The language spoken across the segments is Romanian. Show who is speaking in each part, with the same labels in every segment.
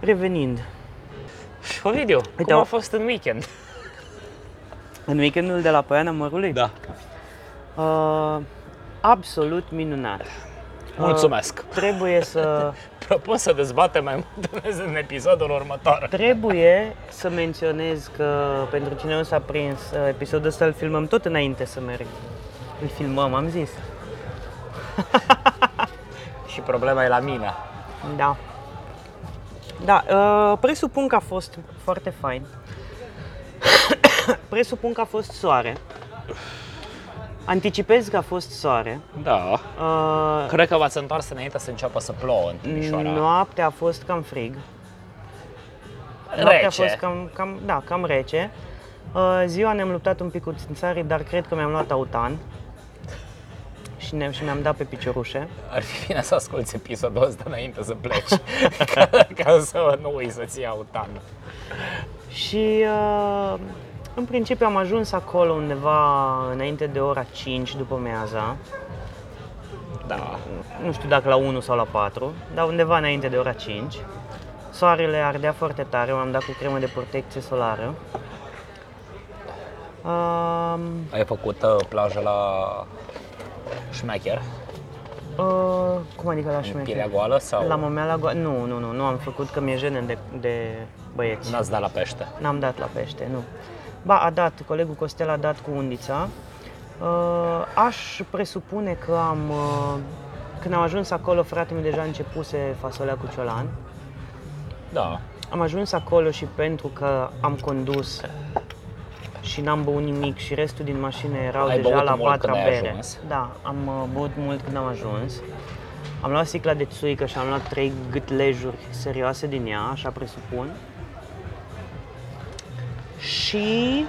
Speaker 1: revenind,
Speaker 2: Ovidiu, Uite, cum
Speaker 1: o-
Speaker 2: a fost în weekend?
Speaker 1: în weekendul de la Poiana Mărului,
Speaker 2: Da,
Speaker 1: uh, absolut minunat.
Speaker 2: mulțumesc.
Speaker 1: Trebuie să,
Speaker 2: Uh, Propun să dezbatem mai mult în episodul următor.
Speaker 1: trebuie să menționez că pentru cine nu s-a prins uh, episodul ăsta, îl filmăm tot înainte să merg. Îl filmăm, am zis.
Speaker 2: Și problema e la mine.
Speaker 1: Da. Da, uh, presupun că a fost foarte fain. presupun că a fost soare. Anticipez că a fost soare.
Speaker 2: Da.
Speaker 1: Uh,
Speaker 2: Cred că v-ați întors înainte să înceapă să plouă în Timișoara.
Speaker 1: Noaptea a fost cam frig. Noaptea a fost
Speaker 2: Rece.
Speaker 1: cam, cam, da, cam rece. Uh, ziua ne-am luptat un pic cu țințarii, dar cred că mi-am luat autan și, ne, și mi-am dat pe piciorușe.
Speaker 2: Ar fi bine să asculti episodul ăsta înainte să pleci, ca, ca să nu uiți să-ți iei autan.
Speaker 1: Și uh, în principiu am ajuns acolo undeva înainte de ora 5 după meaza.
Speaker 2: Da.
Speaker 1: Nu știu dacă la 1 sau la 4, dar undeva înainte de ora 5. Soarele ardea foarte tare, m-am dat cu cremă de protecție solară. Um,
Speaker 2: Ai făcut uh, plajă la șmecher?
Speaker 1: Uh, cum adică la
Speaker 2: Pielea
Speaker 1: șmecher?
Speaker 2: goală sau
Speaker 1: La momea la goa... Nu, nu, nu, nu am făcut că mi-e jenă de, de băieți.
Speaker 2: n-ați dat la pește?
Speaker 1: N-am dat la pește, nu. Ba, a dat, colegul Costel a dat cu undița. Uh, aș presupune că am... Uh, când am ajuns acolo, fratele meu deja începuse fasolea cu ciolan.
Speaker 2: Da.
Speaker 1: Am ajuns acolo și pentru că am condus și n-am băut nimic și restul din mașină erau
Speaker 2: Ai
Speaker 1: deja
Speaker 2: băut
Speaker 1: la
Speaker 2: mult
Speaker 1: patra
Speaker 2: când ai
Speaker 1: bere.
Speaker 2: ajuns?
Speaker 1: Da, am uh, băut mult când am ajuns. Am luat sticla de țuică și am luat trei gâtlejuri serioase din ea, așa presupun. Și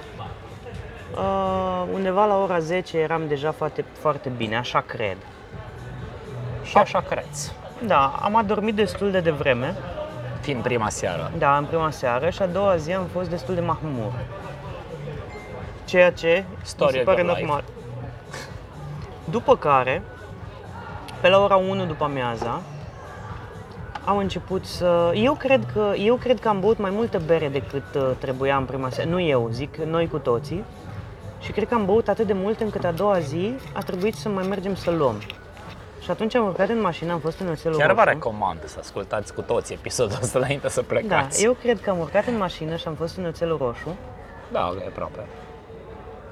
Speaker 1: uh, undeva la ora 10 eram deja foarte, foarte bine, așa cred.
Speaker 2: Și așa creți.
Speaker 1: Da, am adormit destul de devreme.
Speaker 2: Fiind prima seară.
Speaker 1: Da, în prima seară și a doua zi am fost destul de mahmur. Ceea ce
Speaker 2: Story
Speaker 1: mi se
Speaker 2: of
Speaker 1: pare
Speaker 2: your life.
Speaker 1: normal. După care, pe la ora 1 după amiaza, am început să... Eu cred că, eu cred că am băut mai multă bere decât uh, trebuia în prima seară. Nu eu, zic noi cu toții. Și cred că am băut atât de mult încât a doua zi a trebuit să mai mergem să luăm. Și atunci am urcat în mașină, am fost în oțelul
Speaker 2: Chiar vă
Speaker 1: roșu.
Speaker 2: recomand să ascultați cu toți episodul ăsta înainte să
Speaker 1: Da,
Speaker 2: plecați.
Speaker 1: eu cred că am urcat în mașină și am fost în oțelul roșu
Speaker 2: Da, e aproape.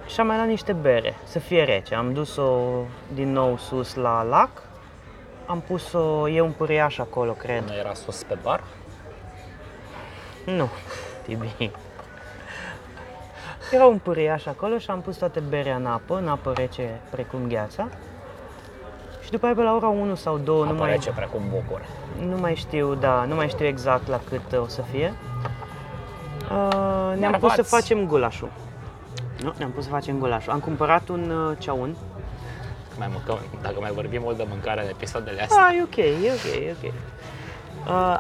Speaker 1: și am mai luat niște bere, să fie rece. Am dus-o din nou sus la lac, am pus-o, e un puriaș acolo, cred.
Speaker 2: Nu era sus pe bar? Da.
Speaker 1: Nu, Tibi. Era un puriaș acolo și am pus toate berea în apă, în apă rece precum gheața. Și după aia pe la ora 1 sau 2, nu
Speaker 2: Apă
Speaker 1: mai,
Speaker 2: rece precum bucur.
Speaker 1: nu mai știu, da, nu mai știu exact la cât uh, o să fie. Uh, ne-am pus să
Speaker 2: Nervați.
Speaker 1: facem gulașul. Nu, ne-am pus să facem gulașul. Am cumpărat un uh, ceaun.
Speaker 2: Mai mâncăm, dacă mai vorbim mult de mâncare în episoadele astea.
Speaker 1: Ah, e ok, e ok, e ok. Uh,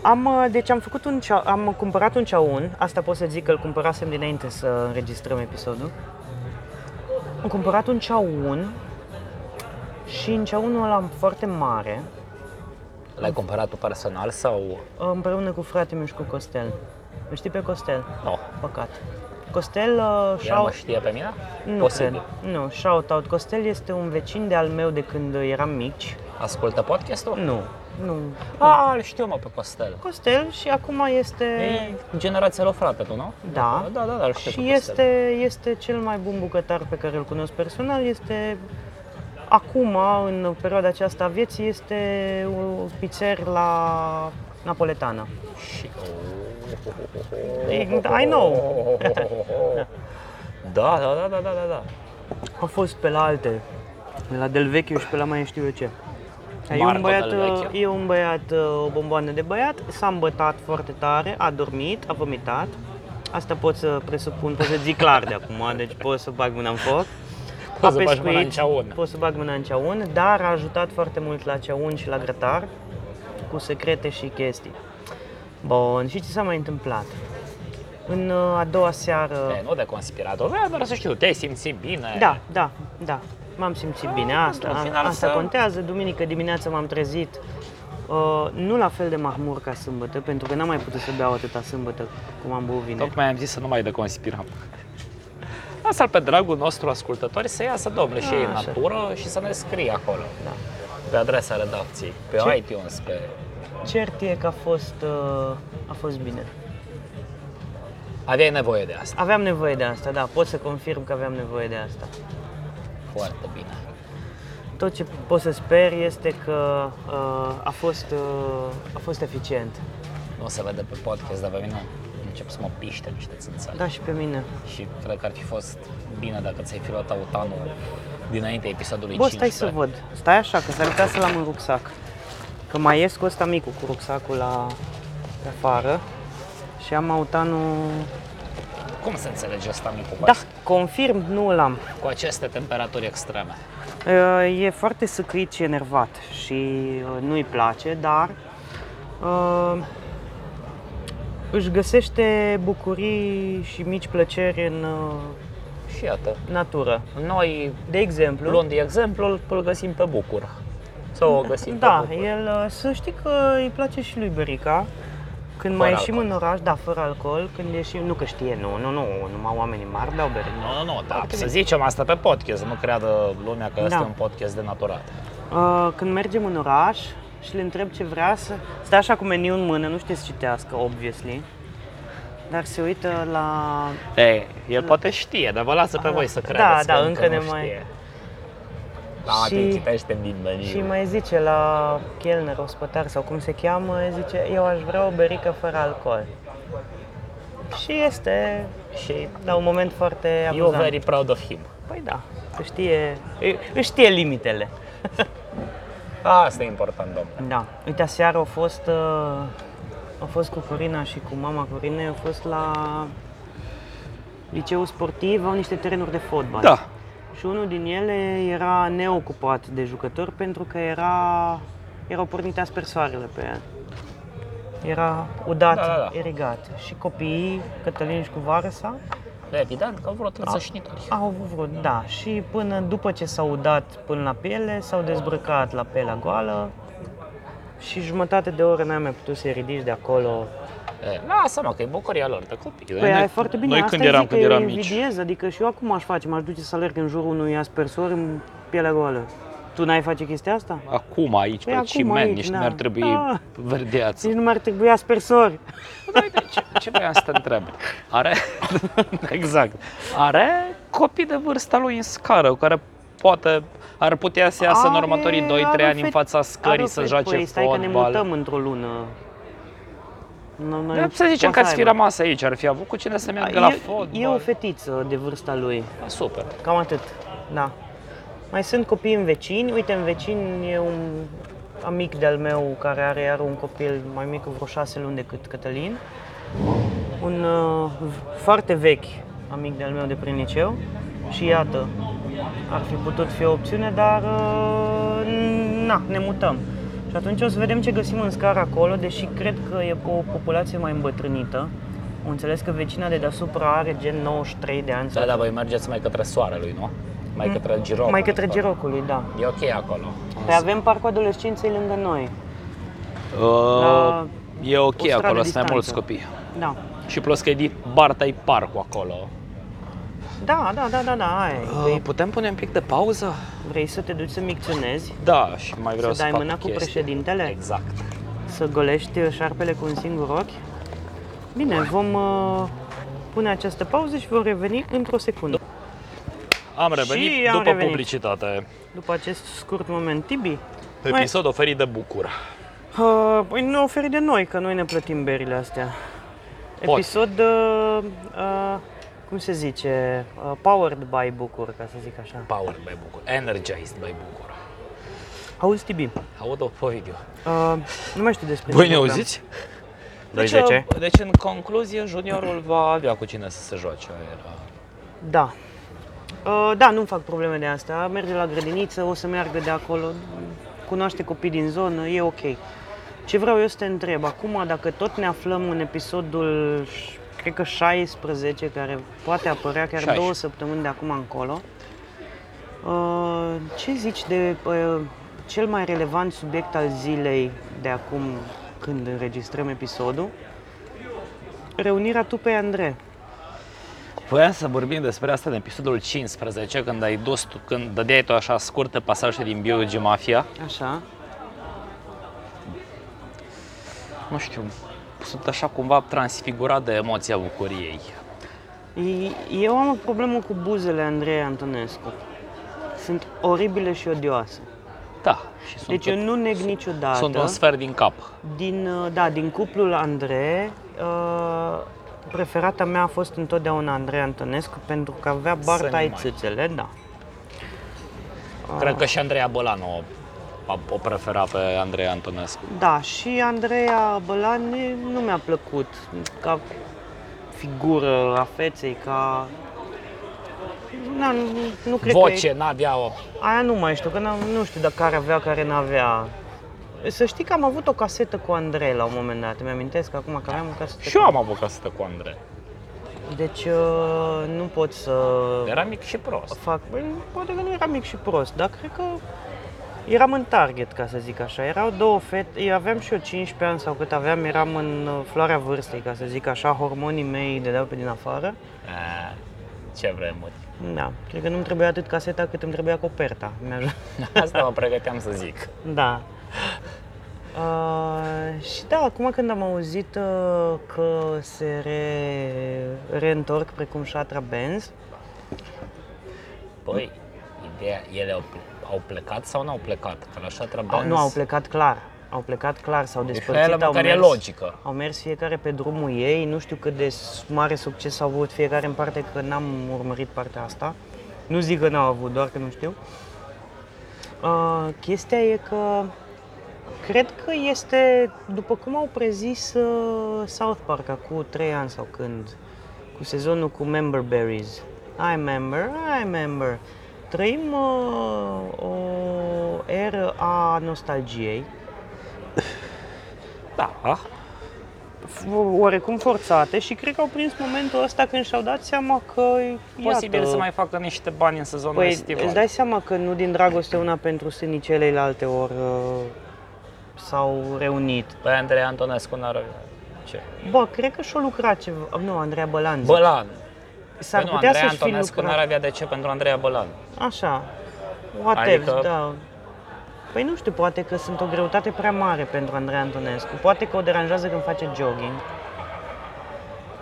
Speaker 1: am, uh, deci am, făcut un cea- am cumpărat un ceaun, asta pot să zic că îl cumpărasem dinainte să înregistrăm episodul. Am cumpărat un ceaun și în ceaunul ăla foarte mare,
Speaker 2: L-ai cumpărat tu personal sau...
Speaker 1: uh, împreună cu fratele meu și cu Costel. Îl știi pe Costel?
Speaker 2: Nu.
Speaker 1: Păcat. Costel, uh,
Speaker 2: El mă
Speaker 1: shout,
Speaker 2: știe pe mine?
Speaker 1: nu
Speaker 2: Posibil.
Speaker 1: cred. Nu, shout out. Costel este un vecin de al meu de când eram mici.
Speaker 2: Ascultă podcastul?
Speaker 1: Nu, nu.
Speaker 2: A, îl știu mă pe Costel.
Speaker 1: Costel și acum este...
Speaker 2: E generația lui frate, tu, nu?
Speaker 1: Da.
Speaker 2: Da, da, da, îl știu pe
Speaker 1: Și
Speaker 2: Costel.
Speaker 1: este, este cel mai bun bucătar pe care îl cunosc personal, este acum, în perioada aceasta a vieții, este un pizzer la napoletană.
Speaker 2: Și... Oh.
Speaker 1: I know.
Speaker 2: Da, da, da, da, da, da, da.
Speaker 1: A fost pe la alte, pe la Del Vecchio și pe la mai știu eu ce. E
Speaker 2: Marco
Speaker 1: un, băiat, uh,
Speaker 2: Del Vecchio.
Speaker 1: e un băiat, uh, o bomboană de băiat, s-a îmbătat foarte tare, a dormit, a vomitat. Asta pot să presupun, pot să zic clar de acum, deci pot să bag mâna în foc.
Speaker 2: Poți să bagi mâna în ceaun.
Speaker 1: Pot să bag mâna în ceaun, dar a ajutat foarte mult la ceaun și la grătar cu secrete și chestii. Bun, și ce s-a mai întâmplat? În uh, a doua seară...
Speaker 2: E, nu de conspirator, vreau doar să știu, te-ai simțit bine?
Speaker 1: Da, da, da. M-am simțit bine, asta,
Speaker 2: Într-un Ah, final
Speaker 1: asta
Speaker 2: să-
Speaker 1: contează. Duminică dimineața m-am trezit Uh, nu la fel de mahmur ca sâmbătă, pentru că n-am mai putut să beau atâta sâmbătă cum am băut vineri.
Speaker 2: Tocmai am zis să nu mai deconspirăm. Asta pe dragul nostru ascultători să iasă, domnule, și ei în
Speaker 1: Așa.
Speaker 2: natură și să ne scrie acolo.
Speaker 1: Da.
Speaker 2: Pe adresa redacției, pe
Speaker 1: Ce?
Speaker 2: iTunes, pe...
Speaker 1: Cert e că a fost, uh, a fost bine.
Speaker 2: Aveai nevoie de asta.
Speaker 1: Aveam nevoie de asta, da, pot să confirm că aveam nevoie de asta.
Speaker 2: Foarte bine.
Speaker 1: Tot ce pot să sper este că uh, a, fost, uh, a fost eficient.
Speaker 2: Nu se vede pe podcast, dar pe mine încep să mă piște niște țânțari.
Speaker 1: Da, și pe mine.
Speaker 2: Și cred că ar fi fost bine dacă ți-ai fi luat autanul dinainte episodului
Speaker 1: Bă,
Speaker 2: 15.
Speaker 1: stai să văd. Stai așa, că s-ar putea să-l am în rucsac. Că mai ies cu ăsta micu, cu rucsacul la pe afară. Și am autanul...
Speaker 2: Cum se înțelege asta, micu? cu
Speaker 1: Da,
Speaker 2: ac-
Speaker 1: confirm, nu îl am.
Speaker 2: Cu aceste temperaturi extreme.
Speaker 1: Uh, E foarte săcrit și enervat și uh, nu-i place, dar uh, își găsește bucurii și mici plăceri în uh,
Speaker 2: Și iată,
Speaker 1: natură.
Speaker 2: noi,
Speaker 1: De exemplu,
Speaker 2: luând exemplul, îl găsim pe Bucur. Sau o găsim
Speaker 1: da,
Speaker 2: pe Bucur.
Speaker 1: el uh, să știi că îi place și lui Berica. Când
Speaker 2: Fără
Speaker 1: mai ieșim
Speaker 2: alcool.
Speaker 1: în oraș, da, fără alcool, când ieșim, nu că știe, nu, nu, nu, numai oamenii mari beau bere.
Speaker 2: Nu, nu, nu, da, să zicem asta pe podcast, nu creadă lumea că este
Speaker 1: Da.
Speaker 2: un podcast de naturat.
Speaker 1: Uh, când mergem în oraș și le întreb ce vrea să... Stai așa cu meniul în mână, nu știe să citească, obviously. Dar se uită la...
Speaker 2: Ei, el poate știe, dar vă lasă pe voi să
Speaker 1: Da,
Speaker 2: credeți
Speaker 1: da,
Speaker 2: că
Speaker 1: încă ne
Speaker 2: nu
Speaker 1: mai-
Speaker 2: știe.
Speaker 1: Da, Și- te
Speaker 2: citește din meniu.
Speaker 1: Și mai zice la chelner, ospătar sau cum se cheamă, zice, eu aș vrea o berică fără alcool. Și este
Speaker 2: și
Speaker 1: la un moment foarte
Speaker 2: eu
Speaker 1: amuzant.
Speaker 2: very proud of him.
Speaker 1: Păi da, că știe, îi- își știe limitele.
Speaker 2: Asta e important, domn.
Speaker 1: Da. Uite, aseară au fost, uh, au fost cu Corina și cu mama Corinei, au fost la liceu sportiv, au niște terenuri de fotbal.
Speaker 2: Da.
Speaker 1: Și unul din ele era neocupat de jucători pentru că era, erau pornite aspersoarele pe el. Era udat,
Speaker 2: Da, da, da.
Speaker 1: irigat. Și copiii, Cătălin și cu Varsa,
Speaker 2: Evident că au vrut rățășnitori.
Speaker 1: au avut vreo, da. Și până după ce s-au udat până la piele, s-au dezbrăcat la pielea goală și jumătate de oră n-am mai putut să ridici de acolo.
Speaker 2: E, Lasă-mă, că e bucuria lor de copii.
Speaker 1: Păi
Speaker 2: Noi-
Speaker 1: e foarte bine,
Speaker 2: Noi
Speaker 1: asta
Speaker 2: când
Speaker 1: îi
Speaker 2: eram,
Speaker 1: zic că
Speaker 2: când
Speaker 1: eu
Speaker 2: eram mici.
Speaker 1: invidiez, adică și eu acum aș face, m-aș duce să alerg în jurul unui aspersor în pielea goală. Tu n-ai face chestia asta?
Speaker 2: Acum aici,
Speaker 1: Păi
Speaker 2: pe
Speaker 1: acum
Speaker 2: ciment,
Speaker 1: aici,
Speaker 2: nici
Speaker 1: da.
Speaker 2: nu ar trebui
Speaker 1: Ah.
Speaker 2: verdeață.
Speaker 1: Nici nu mi-ar trebui aspersori.
Speaker 2: Păi, de ce, ce vreau să te întreb? Are, exact, are copii de vârsta lui în scară, cu care poate, ar putea să iasă în
Speaker 1: Are-
Speaker 2: următorii 2-3
Speaker 1: are
Speaker 2: ani
Speaker 1: o
Speaker 2: în
Speaker 1: fet-
Speaker 2: fața
Speaker 1: Are o
Speaker 2: scării să
Speaker 1: fe-
Speaker 2: joace
Speaker 1: păi, stai că ne
Speaker 2: fotbal.
Speaker 1: mutăm într-o lună. Nu, noi
Speaker 2: Da, să zicem
Speaker 1: poate
Speaker 2: că ați fi
Speaker 1: aibă.
Speaker 2: rămas aici, ar fi avut cu cine să meargă
Speaker 1: E-
Speaker 2: la fotbal. Ah,
Speaker 1: E o fetiță de vârsta lui.
Speaker 2: Super.
Speaker 1: Cam atât, da. Mai sunt copii în vecini. Uite, în vecin e un amic de-al meu care are iar un copil mai mic cu vreo șase luni decât Cătălin. Un uh, v- foarte vechi amic de-al meu de prin liceu. Și iată, ar fi putut fi o opțiune, dar uh, n- na, ne mutăm. Și atunci o să vedem ce găsim în scară acolo, deși cred că e o populație mai îmbătrânită. Am înțeles că vecina de deasupra are gen 93 de ani
Speaker 2: Da, da, voi mergeți mai către soarelui, nu? Mai către Girocul.
Speaker 1: Mm. mai către Girocului, da.
Speaker 2: E ok acolo.
Speaker 1: Păi avem Parcul Adolescenței lângă noi.
Speaker 2: Uh,
Speaker 1: La
Speaker 2: e ok
Speaker 1: stradă
Speaker 2: acolo, sunt mai
Speaker 1: distanță.
Speaker 2: mulți copii.
Speaker 1: Da.
Speaker 2: Și plus că e din Barta e parcul acolo.
Speaker 1: Da, da, da, da, da, aia e.
Speaker 2: Uh, putem pune un pic de pauză?
Speaker 1: Vrei să te duci să micționezi,
Speaker 2: Da, și mai vreau
Speaker 1: Să
Speaker 2: să,
Speaker 1: dai
Speaker 2: fac
Speaker 1: mâna
Speaker 2: o
Speaker 1: cu
Speaker 2: chestie.
Speaker 1: președintele?
Speaker 2: Exact.
Speaker 1: să golești șarpele cu un singur ochi? Bine, vom uh, pune această pauză și vom reveni într-o secundă.
Speaker 2: Am
Speaker 1: Și
Speaker 2: revenit
Speaker 1: am
Speaker 2: după
Speaker 1: revenit.
Speaker 2: publicitate.
Speaker 1: După acest scurt moment, Tibi,
Speaker 2: Episod oferit de Bucur.
Speaker 1: uh,
Speaker 2: Ah,
Speaker 1: păi ne oferi de noi, că noi ne plătim berile astea.
Speaker 2: Pot.
Speaker 1: Episod, uh, uh, cum se zice, uh, powered by Bucur, ca să zic așa.
Speaker 2: Power by Bucur. Energized by Bucur.
Speaker 1: Auzi, Tibi,
Speaker 2: Aud-o pe video.
Speaker 1: uh, nu mai știu despre
Speaker 2: Voi ne
Speaker 1: vorbeam.
Speaker 2: auziți?
Speaker 1: Doi zece.
Speaker 2: deci, în concluzie, juniorul va avea cu cine să se joace. Era...
Speaker 1: Da. Uh, da, nu-mi fac probleme de asta. Merge la grădiniță, o să meargă de acolo, cunoaște copii din zonă, e ok. Ce vreau eu să te întreb, acum dacă tot ne aflăm în episodul, ș- cred că 16, care poate apărea chiar
Speaker 2: 16.
Speaker 1: două săptămâni de acum încolo, uh, ce zici de uh, cel mai relevant subiect al zilei de acum când înregistrăm episodul, reunirea tu pe Andrei.
Speaker 2: Voiam să vorbim despre asta în episodul 15, când ai dus, tu- când dădeai tu așa scurte pasaje din Biology Mafia.
Speaker 1: Așa.
Speaker 2: Nu știu, sunt așa cumva transfigurat de emoția bucuriei.
Speaker 1: E- Eu am o problemă cu buzele Andrei Antonescu. Sunt oribile și odioase.
Speaker 2: Da, și sunt,
Speaker 1: Deci eu nu neg niciodată.
Speaker 2: sunt un sfert din cap.
Speaker 1: Din, uh, da, din cuplul Andrei, uh, preferata mea a fost întotdeauna Andrei Antonescu pentru că avea
Speaker 2: Să ne
Speaker 1: barta ai
Speaker 2: mai-
Speaker 1: țâțele, da.
Speaker 2: Cred că și Andreea Bălan o, o prefera pe Andrei Antonescu.
Speaker 1: Da, și Andreea Bălan nu mi-a plăcut ca figură a feței, ca... Na, nu, nu cred că...
Speaker 2: Voce, n-avea o...
Speaker 1: e- Aia nu mai știu, că n-am- nu știu dacă care avea, care n-avea. Să știi că am avut o casetă cu Andrei la un moment dat, mi-amintesc acum că aveam o casetă
Speaker 2: Și eu
Speaker 1: cu...
Speaker 2: am avut casetă cu Andrei.
Speaker 1: Deci uh, nu pot să
Speaker 2: Era mic și prost.
Speaker 1: fac... Băi, poate că nu era mic și prost, dar cred că eram în target, ca să zic așa. Erau două fete, eu aveam și eu 15 ani sau cât aveam, eram în uh, floarea vârstei, ca să zic așa, hormonii mei dădeau pe din afară. Ah,
Speaker 2: A, ce vremuri.
Speaker 1: Da, cred că nu-mi trebuia atât caseta cât îmi trebuia coperta. Mi-a-
Speaker 2: Asta mă pregăteam să zic.
Speaker 1: Da. Uh, și da, acum când am auzit uh, că se re, reîntorc precum șatra Benz,
Speaker 2: Păi, ideea, ele au, au plecat sau n-au plecat? Că la așa
Speaker 1: au,
Speaker 2: trebuie
Speaker 1: Ah, nu, au plecat clar. Au plecat clar, s-au despărțit,
Speaker 2: Mihaela,
Speaker 1: au
Speaker 2: măcar e
Speaker 1: mers,
Speaker 2: logică.
Speaker 1: au mers fiecare pe drumul ei, nu știu cât de s- mare succes au avut fiecare în parte, că n-am urmărit partea asta. Nu zic că n-au avut, doar că nu știu. Uh, chestia e că cred că este, după cum au prezis uh, South Park cu 3 ani sau când, cu sezonul cu Member Berries. I member, I member. Trăim uh, o eră a nostalgiei,
Speaker 2: Da, a?
Speaker 1: f- oarecum forțate și cred că au prins momentul ăsta când și-au dat seama că iată,
Speaker 2: Posibil să mai facă niște bani în sezonul
Speaker 1: Păi,
Speaker 2: estival.
Speaker 1: îți dai seama că nu din dragoste una pentru sânii celelalte ori uh, s-au reunit.
Speaker 2: Păi Andrei Antonescu n-ar... Ce?
Speaker 1: Bă, cred că și-o lucrat ceva. Nu, Andreea Bălan. zic.
Speaker 2: Bălan.
Speaker 1: S-ar
Speaker 2: păi nu,
Speaker 1: putea
Speaker 2: Andrei
Speaker 1: să-și fi
Speaker 2: Antonescu
Speaker 1: lucrat.
Speaker 2: n-ar avea de ce pentru Andreea Bălan.
Speaker 1: Așa. Whatever,
Speaker 2: Adică-
Speaker 1: adică... da. Păi nu știu, poate că sunt o greutate prea mare pentru Andrei Antonescu. Poate că o deranjează când face jogging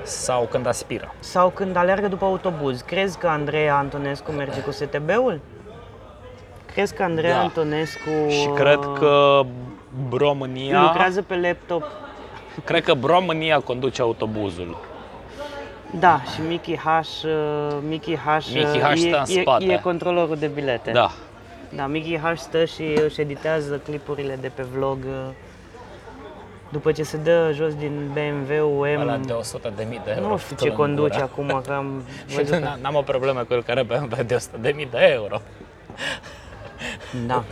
Speaker 2: Sau când aspiră.
Speaker 1: sau când aleargă după autobuz. Crezi că Andrei Antonescu merge cu STB-ul? Crezi că Andrei
Speaker 2: Da.
Speaker 1: Antonescu
Speaker 2: Și cred
Speaker 1: uh,
Speaker 2: că România...
Speaker 1: lucrează pe laptop?
Speaker 2: Cred că România conduce autobuzul.
Speaker 1: Da, și Mickey H, uh, Mickey H, uh,
Speaker 2: Mickey H stă în
Speaker 1: e,
Speaker 2: spate.
Speaker 1: e, e controlorul de bilete.
Speaker 2: Da.
Speaker 1: Da, Mickey H stă și își editează clipurile de pe vlog uh, după ce se dă jos din BMW-ul
Speaker 2: Ăla
Speaker 1: M.
Speaker 2: de 100 de mii de euro.
Speaker 1: Nu știu
Speaker 2: tot
Speaker 1: ce
Speaker 2: în
Speaker 1: conduce
Speaker 2: gură.
Speaker 1: acum, că am
Speaker 2: Și
Speaker 1: văzut.
Speaker 2: n- n-am o problemă cu el care BMW de 100 de mii de euro.
Speaker 1: Da.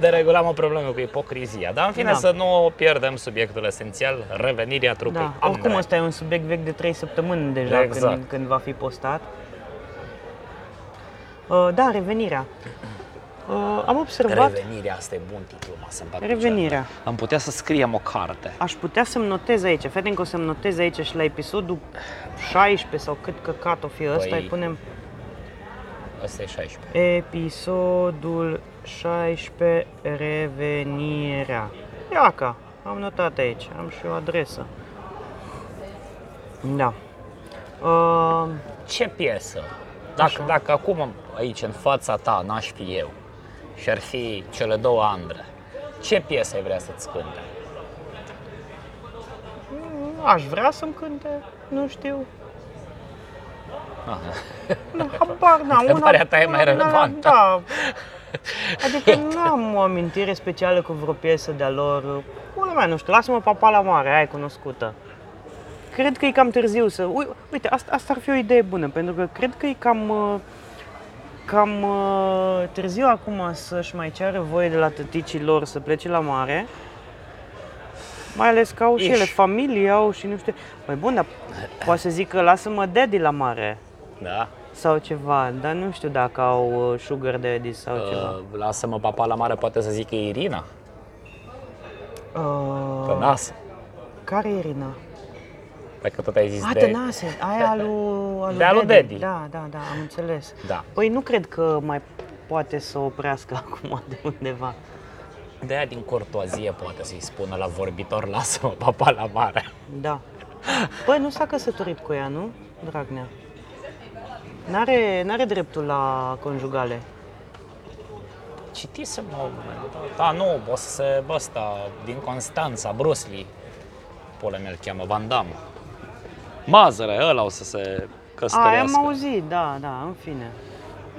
Speaker 2: De regulă am o problemă cu ipocrizia, dar în fine
Speaker 1: Da.
Speaker 2: să nu pierdem subiectul esențial, revenirea trupei.
Speaker 1: da.
Speaker 2: Andrei.
Speaker 1: Oricum, ăsta e un subiect vechi de 3 săptămâni deja
Speaker 2: Exact.
Speaker 1: când, când va fi postat. Uh, da, revenirea. Uh, am observat,
Speaker 2: Revenirea, asta e bun titlu, mă simpatic.
Speaker 1: Revenirea.
Speaker 2: Am putea să scriem o carte.
Speaker 1: aș putea să-mi notez aici, fii atent că o să-mi notez aici și la episodul 16 sau cât căcat o fi ăsta,
Speaker 2: Păi-
Speaker 1: îi punem
Speaker 2: Asta e 16.
Speaker 1: Episodul 16, revenirea. Iaca, am notat aici, am și o adresă. Da. Uh,
Speaker 2: Ce piesă? Dacă,
Speaker 1: Așa.
Speaker 2: dacă acum aici în fața ta n-aș fi eu și ar fi cele două Andre, ce piesă ai vrea să-ți cânte?
Speaker 1: aș vrea să-mi cânte, nu știu.
Speaker 2: Ah,
Speaker 1: Nu, habar n-am.
Speaker 2: Întrebarea
Speaker 1: una-
Speaker 2: ta e mai
Speaker 1: una- una-
Speaker 2: relevantă.
Speaker 1: Da. Adică nu am o amintire specială cu vreo piesă de-a lor. Pula mea, nu știu, lasă-mă papala mare, aia e cunoscută. Cred că e cam târziu să... Ui, uite, asta, asta ar fi o idee bună, pentru că cred că e cam... uh, Cam uh, târziu acum să-și mai ceară voie de la tăticii lor să plece la mare. Mai ales că au și
Speaker 2: Ish.
Speaker 1: ele familie, au și nu știu... Păi bun, dar poate să zic că lasă-mă daddy la mare.
Speaker 2: Da?
Speaker 1: sau ceva, dar nu știu dacă au uh, sugar daddy sau uh, ceva.
Speaker 2: Uh, lasă-mă papa la mare, poate să zică Irina,
Speaker 1: Uh,
Speaker 2: Tănase.
Speaker 1: care e Irina?
Speaker 2: Dacă tot ai zis
Speaker 1: A,
Speaker 2: de...
Speaker 1: Tănase, aia lui, alu
Speaker 2: De alu Daddy.
Speaker 1: Da, da, da, am înțeles.
Speaker 2: Da.
Speaker 1: Păi nu cred că mai poate să oprească acum de undeva.
Speaker 2: De aia din cortoazie poate să-i spună la vorbitor, lasă-mă papa la mare.
Speaker 1: Da. Păi nu s-a căsătorit cu ea, nu, Dragnea? N-are, n-are dreptul la conjugale.
Speaker 2: Citisem la un moment dat. Da, nu, o să se ăsta din Constanța, Bruce Lee. Pula mea îl cheamă Van Damme. Mazăre, ăla o să se
Speaker 1: A, am
Speaker 2: căsătorească.
Speaker 1: auzit, da, da, în fine.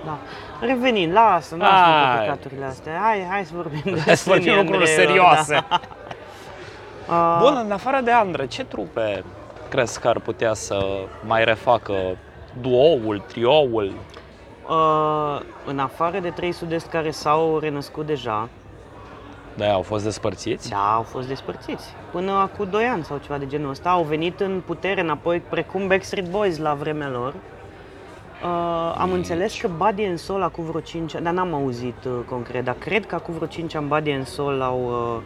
Speaker 1: Da. Revenind, lasă, nu
Speaker 2: Hai.
Speaker 1: sunt păcaturile astea. Hai, hai să vorbim de
Speaker 2: Să vorbim
Speaker 1: Sânie
Speaker 2: lucruri
Speaker 1: Andreeva,
Speaker 2: serioase.
Speaker 1: Da. Ah. A,
Speaker 2: Bun, în afară de Andre, ce trupe crezi că ar putea să mai refacă duoul, trioul?
Speaker 1: a, Uh, în afară de trei sudest care s-au renăscut deja,
Speaker 2: Da, au fost despărțiți?
Speaker 1: da, au fost despărțiți. Până acum 2 ani sau ceva de genul ăsta, au venit în putere înapoi, precum Backstreet Boys la vremea lor. Uh, am înțeles că Body and Soul acum vreo 5 ani, dar n-am auzit uh, concret, dar cred că acum vreo 5 ani Body and Soul au uh,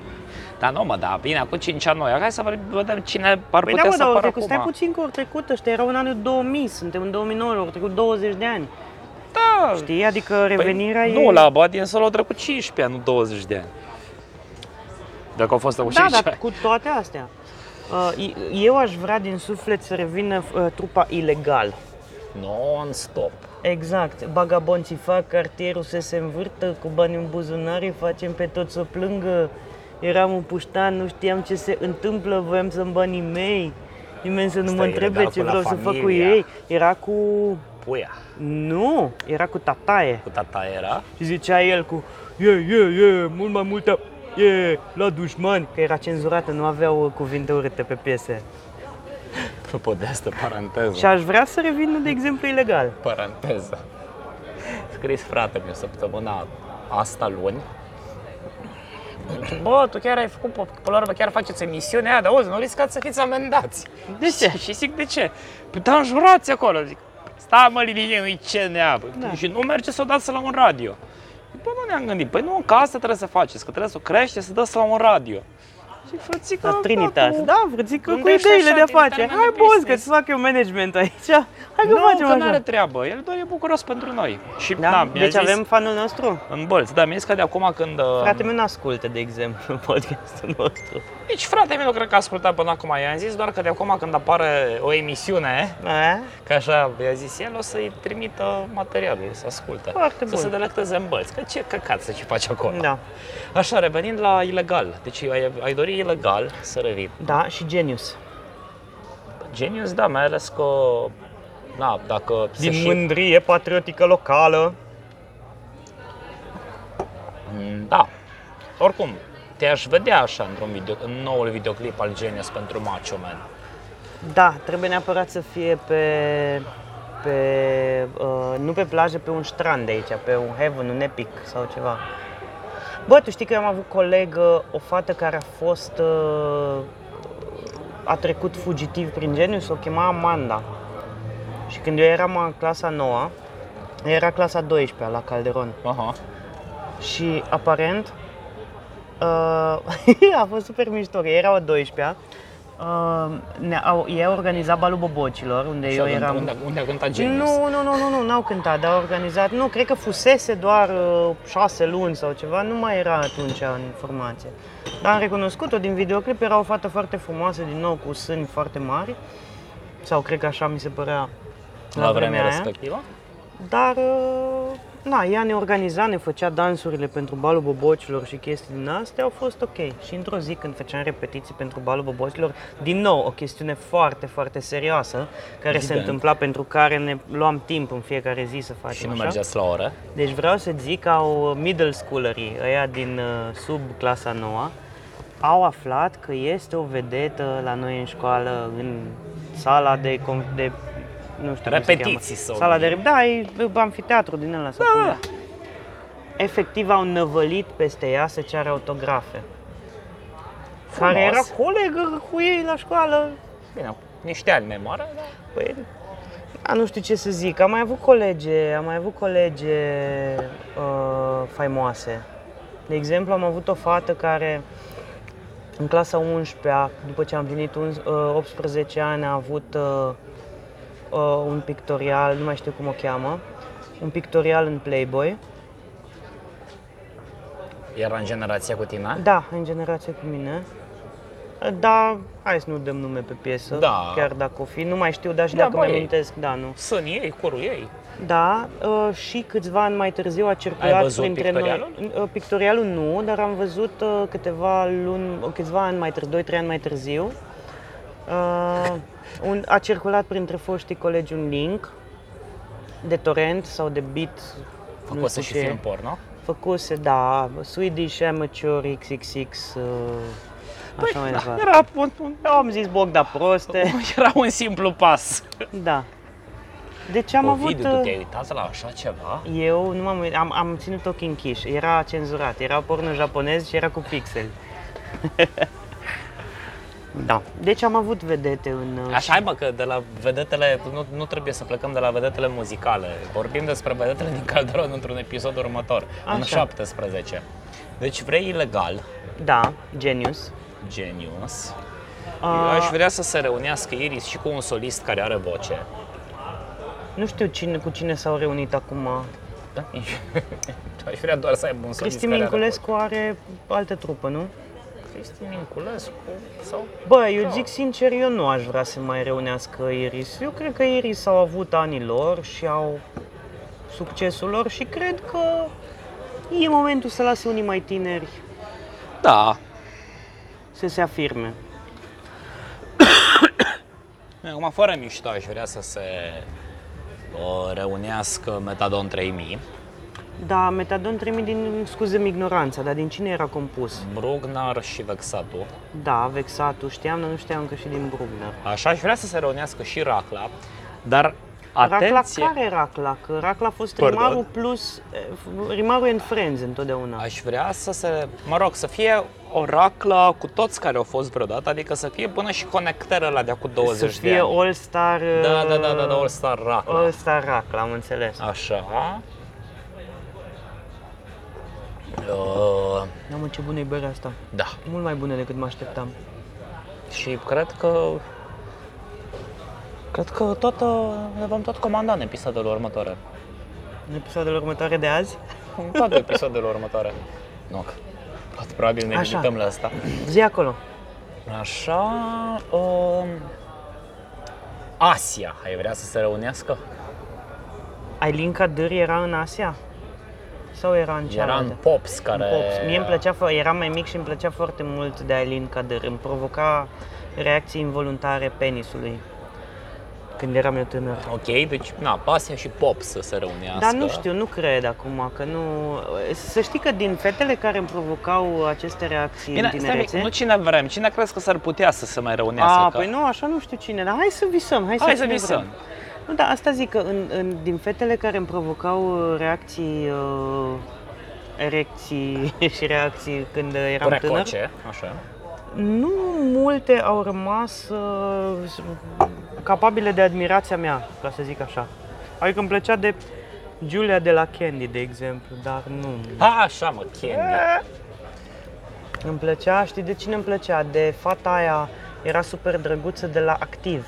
Speaker 2: Da, nu mă, da, bine, acum 5 ani noi. Hai să vorbim- vedem cine ar
Speaker 1: Păi da,
Speaker 2: putea
Speaker 1: mă,
Speaker 2: să
Speaker 1: dar ori
Speaker 2: apară
Speaker 1: trecut, stai
Speaker 2: acum.
Speaker 1: puțin că ori trecut ăștia erau în anul 2000, suntem în 2009, ori trecut 20 de ani.
Speaker 2: Da,
Speaker 1: Știi? Adică revenirea
Speaker 2: păi,
Speaker 1: e...
Speaker 2: Nu, la Body and Soul au trecut 15 ani, nu 20 de ani. Dacă au fost acum
Speaker 1: Da,
Speaker 2: 15
Speaker 1: dar
Speaker 2: ani.
Speaker 1: cu toate astea. Uh, i- eu aș vrea din suflet să revină uh, trupa ilegal.
Speaker 2: Non-stop.
Speaker 1: Exact. Bagabonții fac, cartierul se se învârtă, cu bani în buzunar, îi facem pe toți să plângă. Eram un puștan, nu știam ce se întâmplă, voiam să-mi banii mei. Nimeni să nu
Speaker 2: Asta
Speaker 1: mă
Speaker 2: e
Speaker 1: întrebe
Speaker 2: legal
Speaker 1: ce
Speaker 2: cu La
Speaker 1: vreau să fac cu
Speaker 2: Familia.
Speaker 1: ei. Era cu...
Speaker 2: Puia.
Speaker 1: Nu, era cu tataie.
Speaker 2: Cu tata era.
Speaker 1: Și zicea el cu e, e, e, mult mai multă, e, la dușman, că era cenzurată, nu aveau uh, cuvinte urâte pe piese.
Speaker 2: Apropo de asta, paranteză.
Speaker 1: Și aș vrea să revină, de exemplu, ilegal.
Speaker 2: Paranteză. Scris frate meu săptămâna asta luni. Bă, tu chiar ai făcut, pă- până la urmă chiar faceți emisiunea aia, dar auzi, nu riscați să fiți amendați.
Speaker 1: De ce?
Speaker 2: Și, și zic, de ce? Păi da, înjurați acolo. Zic, stai mă, liniște, nu-i CNA.
Speaker 1: Da.
Speaker 2: Da. Și nu merge să o dați la un radio. Zic, Bă, nu ne-am gândit. Păi nu, că asta trebuie să faceți, că trebuie să o crește, să dați la un radio. Și frățica,
Speaker 1: La Trinitas,
Speaker 2: tu-
Speaker 1: da, vă zic că cu
Speaker 2: Gândește
Speaker 1: ideile
Speaker 2: așa,
Speaker 1: de
Speaker 2: din
Speaker 1: afaceri.
Speaker 2: termen de
Speaker 1: Hai, boss, că
Speaker 2: business.
Speaker 1: îți fac eu management aici. Hai că
Speaker 2: nu,
Speaker 1: facem
Speaker 2: că n-are
Speaker 1: așa.
Speaker 2: treabă, el doar e bucuros pentru noi. Și, da,
Speaker 1: Da?
Speaker 2: mi-a
Speaker 1: deci
Speaker 2: zis,
Speaker 1: avem fanul nostru?
Speaker 2: În bălți, da, mi-a zis că de acum când... uh,
Speaker 1: Frate meu n-ascultă, de exemplu, podcastul nostru.
Speaker 2: Deci frate meu, nu cred că a ascultat până acum, i-am zis doar că de acum când apare o emisiune,
Speaker 1: A?
Speaker 2: că așa i-a zis el, o să-i trimită materialul, să asculte.
Speaker 1: Foarte
Speaker 2: să
Speaker 1: bun.
Speaker 2: se delecteze în bălți, că ce căcat să ce faci acolo.
Speaker 1: Da.
Speaker 2: Așa, revenind la ilegal, deci ai, ai dori ilegal să revii.
Speaker 1: Da, și Genius.
Speaker 2: Genius, da, mai ales că, na, dacă se și...
Speaker 1: mândrie patriotică locală.
Speaker 2: Mm, Da, oricum, te-aș vedea așa într-un video, în noul videoclip al Genius pentru Macho Man.
Speaker 1: Da, trebuie neapărat să fie pe, pe uh, nu pe plajă, pe un strand de aici, pe un heaven, un epic sau ceva. Bă, tu știi că eu am avut colegă, o fată care a fost, uh, a trecut fugitiv prin Genius, o chema Amanda. Și când eu eram în clasa 9, ea era clasa 12 la Calderon.
Speaker 2: Aha.
Speaker 1: Și aparent uh, a fost super mișto, că era o 12-a. Uh, ne au, ei au organizat balul bobocilor, unde
Speaker 2: Și
Speaker 1: eu
Speaker 2: atunci,
Speaker 1: eram...
Speaker 2: Unde, unde a da, cântat Genius?
Speaker 1: Nu, nu, nu, nu, nu, n-au cântat, dar au organizat. Nu, cred că fusese doar uh, șase luni sau ceva, nu mai era atunci în formație. Dar am recunoscut-o din videoclip, era o fată foarte frumoasă, din nou cu sâni foarte mari. Sau cred că așa mi se părea la, vremea,
Speaker 2: la vremea
Speaker 1: aia.
Speaker 2: respectivă?
Speaker 1: Dar, uh, na, ea ne organiza, ne făcea dansurile pentru balul bobocilor și chestii din astea, au fost ok. Și într-o zi când făceam repetiții pentru balul bobocilor, din nou o chestiune foarte, foarte serioasă, care se
Speaker 2: Evident.
Speaker 1: întâmpla pentru care ne luam timp în fiecare zi să facem
Speaker 2: Și nu
Speaker 1: așa.
Speaker 2: mergeați la oră?
Speaker 1: Deci vreau să zic că au middle schoolerii, ăia din uh, sub clasa 9, au aflat că este o vedetă la noi în școală, în sala de, con- de nu știu cum se
Speaker 2: Repetiții
Speaker 1: cheamă.
Speaker 2: sau- Da,
Speaker 1: Sala de rep- da, e amfiteatru din ăla. Sau cum e. Efectiv au năvălit peste ea să ceară autografe. Care era
Speaker 2: Frumos.
Speaker 1: colegă cu ei la școală.
Speaker 2: da. Bine, niște ani memoare, dar
Speaker 1: Păi, A, nu știu ce să zic, am mai avut colege, am mai avut colege uh, faimoase. De exemplu, am avut o fată care în clasa 11-a, după ce am venit un- uh, 18 ani, a avut uh, uh, un pictorial, nu mai știu cum o cheamă, un pictorial în Playboy.
Speaker 2: Era în generația cu tine?
Speaker 1: Da, în generație cu mine. Uh, Da, hai să nu dăm nume pe piesă,
Speaker 2: Da.
Speaker 1: chiar dacă o fi. Nu mai știu, dar și
Speaker 3: Da,
Speaker 1: dacă
Speaker 3: bă,
Speaker 1: mi
Speaker 3: ei.
Speaker 1: amintesc, da, nu.
Speaker 3: Sunt ei, corul ei.
Speaker 1: Da, uh, și câțiva ani mai târziu a
Speaker 3: Ai
Speaker 1: circulat
Speaker 3: văzut
Speaker 1: printre
Speaker 3: pictorialul?
Speaker 1: noi. Uh, Pictorialul nu, dar am văzut uh, câteva luni, uh, câțiva ani mai târziu, 2-3 ani mai târziu. Uh, un, a circulat printre foștii colegi un link de torrent sau de beat. nu
Speaker 2: Făcuse și
Speaker 1: știu ce.
Speaker 2: film porno?
Speaker 1: Făcuse, da, Swedish Amateur XXX, uh, așa mai
Speaker 3: da,
Speaker 1: departe.
Speaker 3: era, un, un,
Speaker 1: Eu am zis Bogda proste,
Speaker 3: era un simplu pas.
Speaker 1: da. Deci am avut...
Speaker 2: Ovidiu,
Speaker 1: uh,
Speaker 2: tu te-ai uitat la așa ceva?
Speaker 1: Eu nu m-am uit- am, am ținut ochii închiși, era cenzurat, era porno japonez și era cu pixel. da. Deci am avut vedete în... uh,
Speaker 2: Așa, hai mă, că de la vedetele, nu, nu trebuie să plecăm de la vedetele muzicale. Vorbim despre vedetele din Calderon într-un episod următor, în
Speaker 1: Așa.
Speaker 2: 17. Deci vrei ilegal,
Speaker 1: Da, genius.
Speaker 2: genius. Eu
Speaker 1: Uh,
Speaker 2: aș vrea să se reunească Iris și cu un solist care are voce.
Speaker 1: nu știu cine, cu cine s-au reunit acum.
Speaker 2: Da? aș vrea doar să aibă un solist
Speaker 1: Cristi
Speaker 2: care
Speaker 1: Minculescu are altă trupă, nu?
Speaker 2: are voce. Cristi Minculescu sau...
Speaker 1: Bă,
Speaker 2: Da.
Speaker 1: eu zic sincer, eu nu aș vrea să mai reunească Iris. Eu cred că Iris au avut anii lor și au succesul lor și cred că e momentul să lase unii mai tineri
Speaker 3: Da.
Speaker 1: să se afirme.
Speaker 2: Acum, fără mișto, aș vrea să se uh, reunească Metadon 3000,
Speaker 1: Da, Metadon 3000 din, scuze ignoranța, dar din cine era compus?
Speaker 2: Brugnar și Vexatu.
Speaker 1: Da, Vexatul știam, dar nu știam că și din Brugner.
Speaker 2: Așa aș vrea să se reunească și Racla, dar
Speaker 1: Racla,
Speaker 2: atenție,
Speaker 1: care e Racla? Că Racla a fost
Speaker 2: Pardon?
Speaker 1: rimarul plus, eh, f- rimarul and friends întotdeauna.
Speaker 2: aș vrea să se, mă rog, să fie o Racla cu toți care au fost vreodată, adică să fie până și conectarea la de acum 20
Speaker 1: Să
Speaker 2: de
Speaker 1: fie
Speaker 2: ani.
Speaker 1: All Star... eh,
Speaker 2: Da, da, da, da, da, All Star Racla.
Speaker 1: All Star Racla, am înțeles.
Speaker 2: Așa. Uh,
Speaker 1: Da, mă, ce bună e berea asta.
Speaker 2: da.
Speaker 1: Mult mai bună decât mă așteptam.
Speaker 2: Și cred că... Cred că tot, uh, ne vom tot comanda în episodele următoare.
Speaker 1: În episoadele următoare de azi,
Speaker 2: În toate episodele următoare. Nu, că poate probabil ne
Speaker 1: Așa.
Speaker 2: limităm la asta.
Speaker 1: zi acolo.
Speaker 2: Așa... Um, Asia, ai vrea să se reunească?
Speaker 1: Ailinca Dâr era în Asia? Sau era Da, în
Speaker 2: Era
Speaker 1: cealaltă?
Speaker 2: în Pops, care...
Speaker 1: Pops. Mie îmi plăcea, fo- era mai mic și îmi plăcea foarte mult de Aileen Kader. Îmi provoca reacții involuntare penisului când eram eu tânăr.
Speaker 2: Ok, deci, na, Asia și Pops să se reunească.
Speaker 1: Dar nu știu, nu cred acum că nu... Să știi că din fetele care îmi provocau aceste reacții
Speaker 3: Bine,
Speaker 1: în
Speaker 3: stai, mic,
Speaker 1: tinerețe...
Speaker 3: nu cine vrem, cine crezi că s-ar putea să se mai reunească?
Speaker 1: a,
Speaker 3: că...
Speaker 1: păi nu, așa nu știu cine, dar hai să visăm, hai,
Speaker 3: Hai să
Speaker 1: ținem
Speaker 3: visăm.
Speaker 1: vreme. Nu, dar asta zic că în, în, din fetele care îmi provocau uh, reacții, uh, erecții și reacții când eram tânăr,
Speaker 2: Precoce, așa.
Speaker 1: Nu multe au rămas uh, s- capabile de admirația mea, ca să zic așa. Adică îmi plăcea de Julia de la Candy, de exemplu, dar nu.
Speaker 2: A, așa, mă, Candy.
Speaker 1: Îmi plăcea, știi de cine îmi plăcea? De fata aia, era super drăguță de la Activ.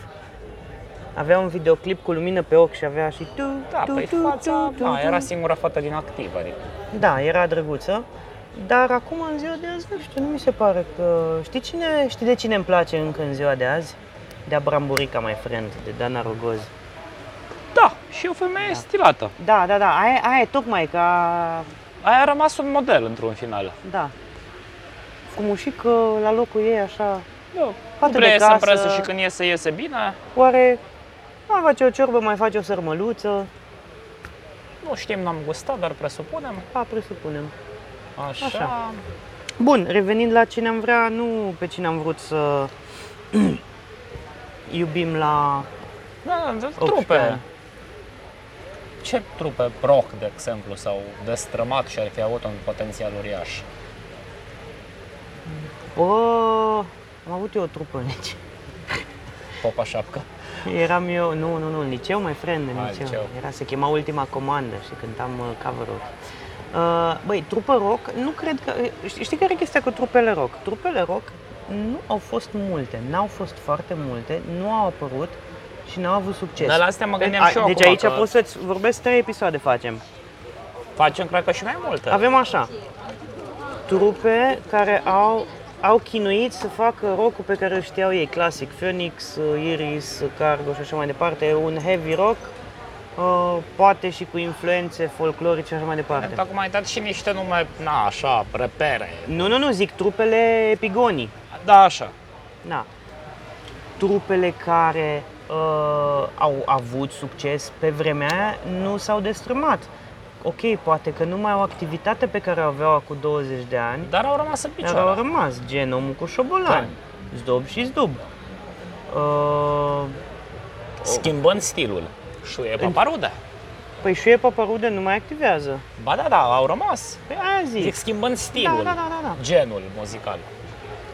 Speaker 1: Avea un videoclip cu lumină pe ochi și avea și tu,
Speaker 2: Da,
Speaker 1: tu,
Speaker 2: păi
Speaker 1: tu,
Speaker 2: fața,
Speaker 1: tu, tu,
Speaker 2: da,
Speaker 1: tu.
Speaker 2: era singura fată din activ, adică.
Speaker 1: Da, era drăguță. Dar acum, în ziua de azi, nu știu, nu mi se pare că... Știi, cine, știi de cine îmi place încă în ziua de azi? De Abramburica, mai friend, de Dana Rogoz.
Speaker 3: Da, și e o femeie stilată.
Speaker 1: Da, da, da, aia, aia e tocmai ca...
Speaker 3: Aia a rămas un model într-un final.
Speaker 1: Da. Frumușică la locul ei, așa...
Speaker 3: Da.
Speaker 1: Poate
Speaker 3: Prea
Speaker 1: de
Speaker 3: iese în
Speaker 1: casă.
Speaker 3: presă și când iese, iese bine.
Speaker 1: Oare mai face o ciorbă, mai face o sărmăluță?
Speaker 2: Nu știm, n-am gustat, dar presupunem.
Speaker 1: Da, presupunem.
Speaker 2: Așa.
Speaker 1: Așa. Bun, revenind la cine am vrea, nu pe cine am vrut să iubim la...
Speaker 2: Da, da,
Speaker 1: 18
Speaker 2: trupe.
Speaker 1: ani.
Speaker 2: Ce trupe rock, de exemplu, sau destrămat și ar fi avut un potențial uriaș?
Speaker 1: Bă, am avut eu o trupă în aici.
Speaker 2: Popa șapcă.
Speaker 1: Eram eu, nu, nu, nu, în liceu, mai friend, în
Speaker 2: Ah,
Speaker 1: liceu.
Speaker 2: liceu.
Speaker 1: Era, se chema Ultima Comandă și cântam uh, cover rock. Uh, băi, trupă rock, nu cred că... uh, Știi, știi care e chestia cu trupele rock? Trupele rock nu au fost multe, n-au fost foarte multe, nu au apărut și n-au avut succes.
Speaker 2: Dar la astea mă gândeam
Speaker 1: A,
Speaker 2: și eu
Speaker 1: deci
Speaker 2: acum
Speaker 1: aici
Speaker 2: că-
Speaker 1: poți să-ți vorbesc trei episoade facem.
Speaker 2: Facem, cred că și mai multe.
Speaker 1: Da. Avem așa, trupe care au, au chinuit să facă rock pe care îl știau ei, clasic, Phoenix, Iris, Cargo și așa mai departe, un heavy rock, uh, poate și cu influențe folclorice și așa mai departe.
Speaker 2: Acum ai dat și niște nume, na, așa, repere.
Speaker 1: Nu, nu, nu, zic trupele epigonii,
Speaker 2: Da, așa.
Speaker 1: da. Trupele care uh, au avut succes pe vremea aia nu s-au destrămat. Ok, poate că nu mai au activitate pe care o aveau acum 20 de ani,
Speaker 2: Dar au rămas în picioare.
Speaker 1: Dar au rămas gen omul cu șobolani, zdub și zdub. Da. Uh,
Speaker 2: Schimbând stilul.
Speaker 1: Oh.
Speaker 2: Șuie paparude.
Speaker 1: păi și e paparude nu mai activează.
Speaker 2: Ba da, da, au rămas.
Speaker 1: Păi aia
Speaker 2: Zic,
Speaker 1: zic.
Speaker 2: schimbând stilul.
Speaker 1: Da, da, da, da,
Speaker 2: Genul muzical.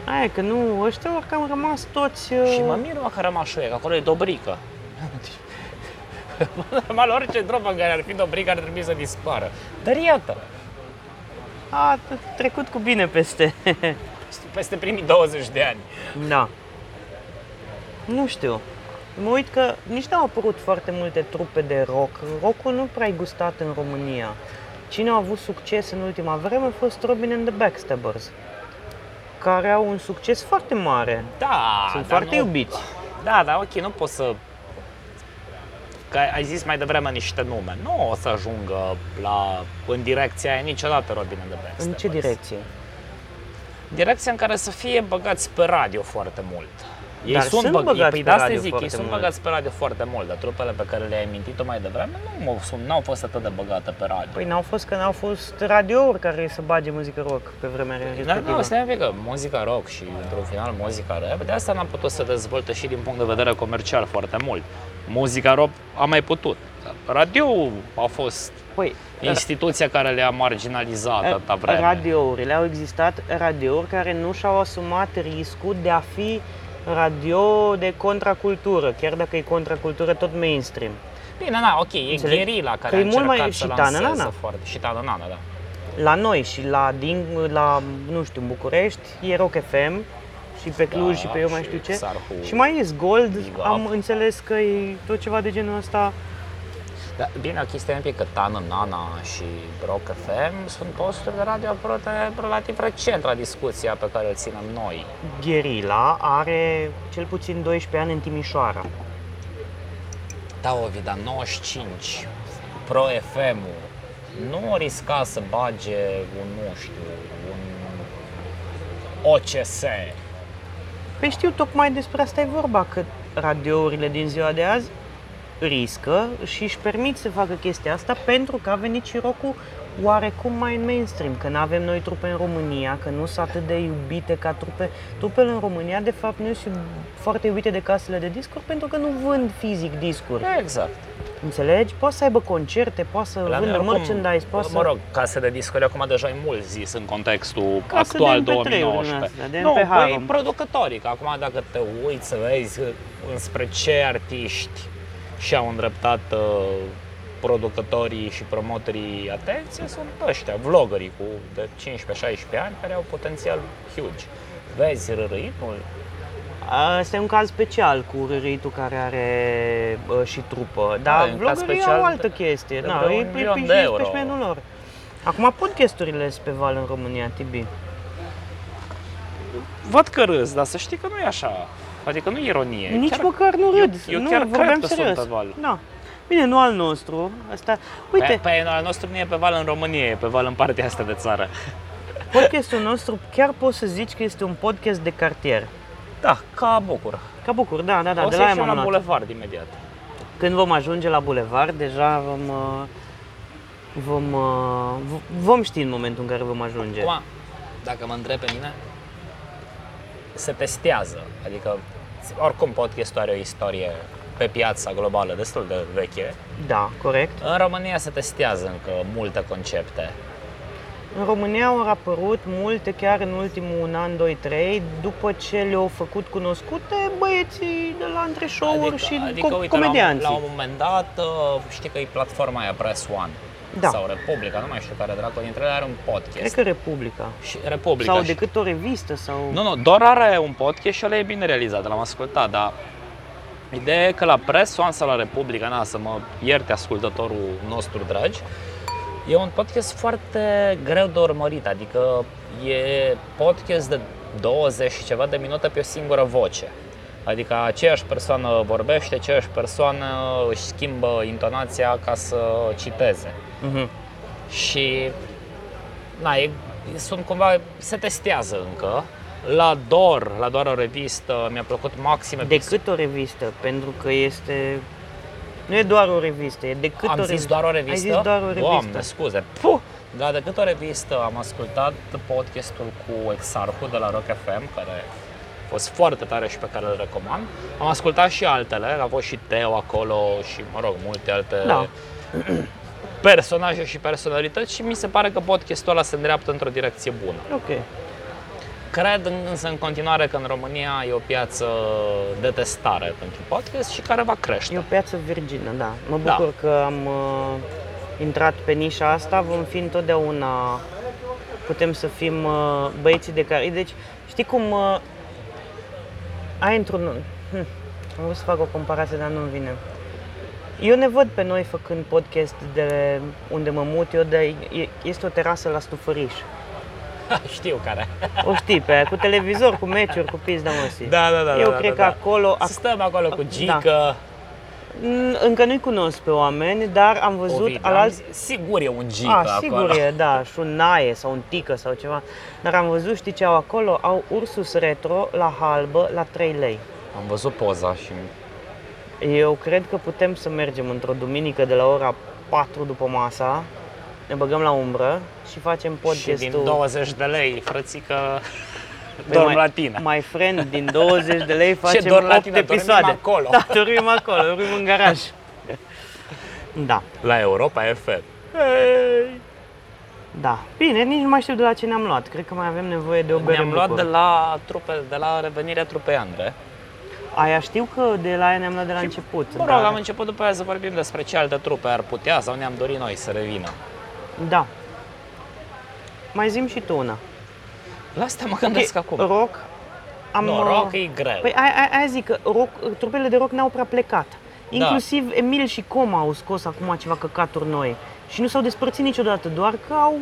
Speaker 1: da. Aia e că nu, ăștia oricum au rămas toți... Uh,
Speaker 2: Și mă mir mă, că rămas șuie, că acolo e Dobrică. Normal, orice dropă în care ar fi Dobrică ar trebui să dispară. Dar iată,
Speaker 1: a t- trecut cu bine peste.
Speaker 2: peste primii 20 de ani.
Speaker 1: da. Nu știu. Mă uit că nici n-au apărut foarte multe trupe de rock. Rockul nu prea e gustat în România. Cine a avut succes în ultima vreme a fost Robin and the Backstabbers, care au un succes foarte mare.
Speaker 2: Da,
Speaker 1: Sunt
Speaker 2: dar
Speaker 1: foarte
Speaker 2: nu-
Speaker 1: iubiți.
Speaker 2: Da, dar ok, nu pot să... Că ai zis mai devreme niște nume. Nu o să ajungă la, în direcția aia niciodată Robin and the Backstabbers.
Speaker 1: În ce direcție?
Speaker 2: Direcția în care să fie băgați pe radio foarte mult. Ei
Speaker 1: Dar
Speaker 2: sunt,
Speaker 1: sunt
Speaker 2: băg-
Speaker 1: băgați
Speaker 2: păi
Speaker 1: pe
Speaker 2: de asta
Speaker 1: radio
Speaker 2: zic, ei
Speaker 1: foarte
Speaker 2: sunt
Speaker 1: mult.
Speaker 2: băgați pe radio foarte mult, dar trupele pe care le-ai amintit-o mai devreme nu au sunt, n-au fost atât de băgate pe radio.
Speaker 1: Păi n-au fost că n-au fost radiouri care să bage muzică rock pe vremea
Speaker 2: Dar nu,
Speaker 1: respectivă.
Speaker 2: Păi, stai un pic că muzica rock și într-un final muzica rap, de asta n-am putut să dezvolte și din punct de vedere comercial foarte mult. Muzica rock a mai putut. Radio a fost
Speaker 1: Păi,
Speaker 2: instituția care le-a marginalizat atâta vreme.
Speaker 1: radiourile au existat radiouri care nu și-au asumat riscul de a fi radio de contracultură, chiar dacă e contracultură tot mainstream.
Speaker 2: Bine, na, ok, e
Speaker 1: Înțeleg?
Speaker 2: gherila care
Speaker 1: Că
Speaker 2: a
Speaker 1: e mult
Speaker 2: încercat
Speaker 1: mai-
Speaker 2: să
Speaker 1: și
Speaker 2: lanseze
Speaker 1: Tananana.
Speaker 2: foarte. Și Tananana, da.
Speaker 1: La noi și la, din, la nu știu, în București e Rock FM și pe Cluj
Speaker 2: Da,
Speaker 1: și pe eu mai
Speaker 2: și
Speaker 1: știu ce.
Speaker 2: Xarhu,
Speaker 1: și mai e Gold,
Speaker 2: Big Up.
Speaker 1: am înțeles că e tot ceva de genul ăsta.
Speaker 2: Da, bine, chestia e un pic că Tana Nana și Rock FM sunt posturi de radio apărute relativ recent la discuția pe care o ținem noi.
Speaker 1: Gherila are cel puțin 12 ani în Timișoara.
Speaker 2: Da, Ovida, 95, Pro fm nu risca să bage un, nu știu, un OCS.
Speaker 1: Păi știu, tocmai despre asta e vorba, că radiourile din ziua de azi riscă și își permit să facă chestia asta pentru că a venit și rock-ul oarecum mai în mainstream, că nu avem noi trupe în România, că nu sunt atât de iubite ca trupe. Trupele în România, de fapt, nu sunt foarte iubite de casele de discuri pentru că nu vând fizic discuri.
Speaker 2: Exact.
Speaker 1: Înțelegi? Poate să aibă concerte, poate să
Speaker 2: La noi,
Speaker 1: vândă
Speaker 2: oricum,
Speaker 1: merchandise, poate să...
Speaker 2: Mă rog, case de discuri acum deja e mult zis în contextul
Speaker 1: Case de
Speaker 2: actual
Speaker 1: MP3-uri din
Speaker 2: 2019.
Speaker 1: astea, de
Speaker 2: nu,
Speaker 1: MPH,
Speaker 2: păi
Speaker 1: mă.
Speaker 2: producătorii, că acum dacă te uiți să vezi înspre ce artiști și-au îndreptat uh, producătorii și promotorii atenție sunt ăștia, vloggerii cu de 15-16 ani care au potențial huge. Vezi râritul,
Speaker 1: Asta e un caz special cu Riritu care are uh, și trupă, dar
Speaker 2: Da, e un caz
Speaker 1: vloggerii
Speaker 2: special
Speaker 1: au altă
Speaker 2: de-
Speaker 1: chestie.
Speaker 2: de
Speaker 1: Na,
Speaker 2: vreo
Speaker 1: e-
Speaker 2: un
Speaker 1: e
Speaker 2: milion
Speaker 1: pe-
Speaker 2: de
Speaker 1: și
Speaker 2: euro.
Speaker 1: pe șmenul lor. Acum podcasturile sunt pe val în România, Tibi.
Speaker 3: Văd că râs, dar să știi că nu e așa. Adică nu e ironie.
Speaker 1: Nici
Speaker 3: chiar...
Speaker 1: măcar nu
Speaker 3: eu-
Speaker 1: râd.
Speaker 3: eu
Speaker 1: nu,
Speaker 3: chiar cred
Speaker 1: vorbeam
Speaker 3: că sunt
Speaker 1: serios.
Speaker 3: pe val.
Speaker 1: Da. Bine, nu al nostru. Asta... Uite,
Speaker 3: Pe, pe al nostru nu e pe val în România, e pe val în partea asta de țară.
Speaker 1: podcastul nostru chiar poți să zici că este un podcast de cartier.
Speaker 2: da, ca bucur.
Speaker 1: Ca bucur, da, da, da,
Speaker 2: o
Speaker 1: de
Speaker 2: să
Speaker 1: la aia
Speaker 2: ieșim
Speaker 1: m-am
Speaker 2: la
Speaker 1: luat.
Speaker 2: bulevard imediat.
Speaker 1: Când vom ajunge la bulevard, deja vom... uh, Vom, uh, v- vom ști în momentul în care vom ajunge.
Speaker 2: Acum, dacă mă întreb pe mine, se testează. Adică, oricum podcastul are o istorie pe piața globală destul de veche.
Speaker 1: Da, corect.
Speaker 2: În România se testează încă multe concepte.
Speaker 1: În România au apărut multe chiar în ultimul un an, doi, trei, după ce le-au făcut cunoscute băieții de la între show-uri și co- comedianții.
Speaker 2: Adică- La, un- la un moment dat, uh, știi că e platforma aia Press One
Speaker 1: Da.
Speaker 2: sau Republica, nu mai știu care dracu dintre ele are un
Speaker 1: Cred
Speaker 2: podcast.
Speaker 1: că Republica.
Speaker 2: Și Republica
Speaker 1: Sau
Speaker 2: și-
Speaker 1: decât o revistă sau...
Speaker 3: Nu, nu, doar are un podcast și ăla e bine realizat, l-am ascultat, dar ideea e că la Press One sau la Republica, na, să mă ierte ascultătorul
Speaker 2: nostru dragi. E un podcast foarte greu de urmărit, adică e podcast de 20 și ceva de minute pe o singură voce. Adică aceeași persoană vorbește, aceeași persoană își schimbă intonația ca să citeze.
Speaker 1: Mhm.
Speaker 2: Și na, e, sunt cumva, se testează încă. La Dor, la Dor o revistă, mi-a plăcut maxim episodul.
Speaker 1: Decât o revistă, pentru că este... Nu e doar o revistă, e decât
Speaker 2: Am
Speaker 1: o
Speaker 2: zis
Speaker 1: revistă.
Speaker 2: doar o revistă?
Speaker 1: Ai zis doar o revistă.
Speaker 2: Doamne, scuze. Puh! Da, decât o revistă, am ascultat podcastul cu Exarhu de la Rock FM, care a fost foarte tare și pe care îl recomand. Am ascultat și altele, a fost și Teo acolo și, mă rog, multe alte
Speaker 1: Da.
Speaker 2: personaje și personalități și mi se pare că podcastul ăla se îndreaptă într-o direcție bună.
Speaker 1: Ok.
Speaker 2: Cred în- însă în continuare că în România e o piață de testare pentru podcast și care va crește.
Speaker 1: E o piață virgină, da. Mă
Speaker 2: Da.
Speaker 1: bucur că am uh, intrat pe nișa asta, vom fi întotdeauna, putem să fim uh, băieții de care... Deci, știi cum uh, ai într-un... Hm, am vrut să fac o comparație, dar nu-mi vine. Eu ne văd pe noi făcând podcast de unde mă mut eu, de, e- este o terasă la stufăriș.
Speaker 2: Știu care.
Speaker 1: O știi pe aia, cu televizor, cu meciuri, cu pizda măsii.
Speaker 2: Da, da, da.
Speaker 1: Eu
Speaker 2: da,
Speaker 1: cred
Speaker 2: da,
Speaker 1: că
Speaker 2: da.
Speaker 1: acolo, da.
Speaker 2: Să stăm acolo cu Gică,
Speaker 1: N- Încă nu-i cunosc pe oameni, dar am văzut
Speaker 2: Ovid,
Speaker 1: alalți...
Speaker 2: am zis, Sigur e un Gică
Speaker 1: A,
Speaker 2: acolo.
Speaker 1: sigur e, da, și un naie sau un tică sau ceva. Dar am văzut, știi ce au acolo? Au Ursus Retro la halbă la 3 lei.
Speaker 2: Am văzut poza și
Speaker 1: Eu cred că putem să mergem într-o duminică de la ora 4 după masa, ne băgăm la umbră și facem
Speaker 2: și
Speaker 1: podcastul.
Speaker 2: din 20 de lei, frățică,
Speaker 1: Păi,
Speaker 2: dorm
Speaker 1: my-
Speaker 2: la tine.
Speaker 1: My friend, din 20 de lei facem
Speaker 2: dorm la
Speaker 1: 8
Speaker 2: tine? Dormim
Speaker 1: episoade.
Speaker 2: acolo.
Speaker 1: Da, dormim acolo, dormim în garaj. Da.
Speaker 2: La Europa FM.
Speaker 1: Da. Bine, nici nu mai știu de la ce ne-am luat. Cred că mai avem nevoie de o bere
Speaker 2: Ne-am luat
Speaker 1: bucur.
Speaker 2: de la, trupe, de la revenirea trupei Andre.
Speaker 1: Aia știu că de la aia ne-am luat de la început.
Speaker 2: Mă rog, am început după aia să vorbim despre ce alte trupe ar putea sau ne-am dorit noi să revină.
Speaker 1: Da. Mai zim și tu una.
Speaker 2: La asta mă gândesc
Speaker 1: Ok,
Speaker 2: acum.
Speaker 1: Rock. Am,
Speaker 2: Nu, rock
Speaker 1: uh,
Speaker 2: e greu.
Speaker 1: Păi aia, aia, aia zic că rock, trupele de rock n-au prea plecat.
Speaker 2: Da.
Speaker 1: Inclusiv Emil și Coma au scos acum ceva căcaturi noi. Și nu s-au despărțit niciodată, doar că au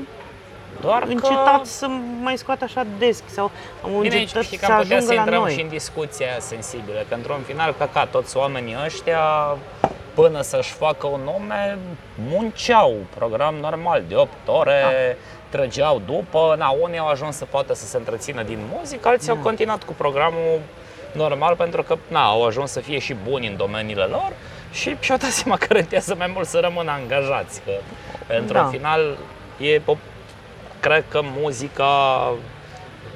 Speaker 2: Doar că-
Speaker 1: încetat să mai scoată așa desc sau au
Speaker 2: Bine, aici
Speaker 1: încetat
Speaker 2: știi că
Speaker 1: să
Speaker 2: am putea să
Speaker 1: ajungă la
Speaker 2: intrăm
Speaker 1: noi.
Speaker 2: și în discuția aia sensibilă, că într-un final, ca, ca toți oamenii ăștia, până să-și facă un nume, munceau program normal de 8 ore,
Speaker 1: Da.
Speaker 2: trăgeau după, na, unii au ajuns să poată să se întrețină din muzică, alții
Speaker 1: Da.
Speaker 2: au continuat cu programul normal pentru că na, au ajuns să fie și buni în domeniile lor și și-au dat seama că rentează mai mult să rămână angajați, că într-un
Speaker 1: Da.
Speaker 2: final e o cred că muzica,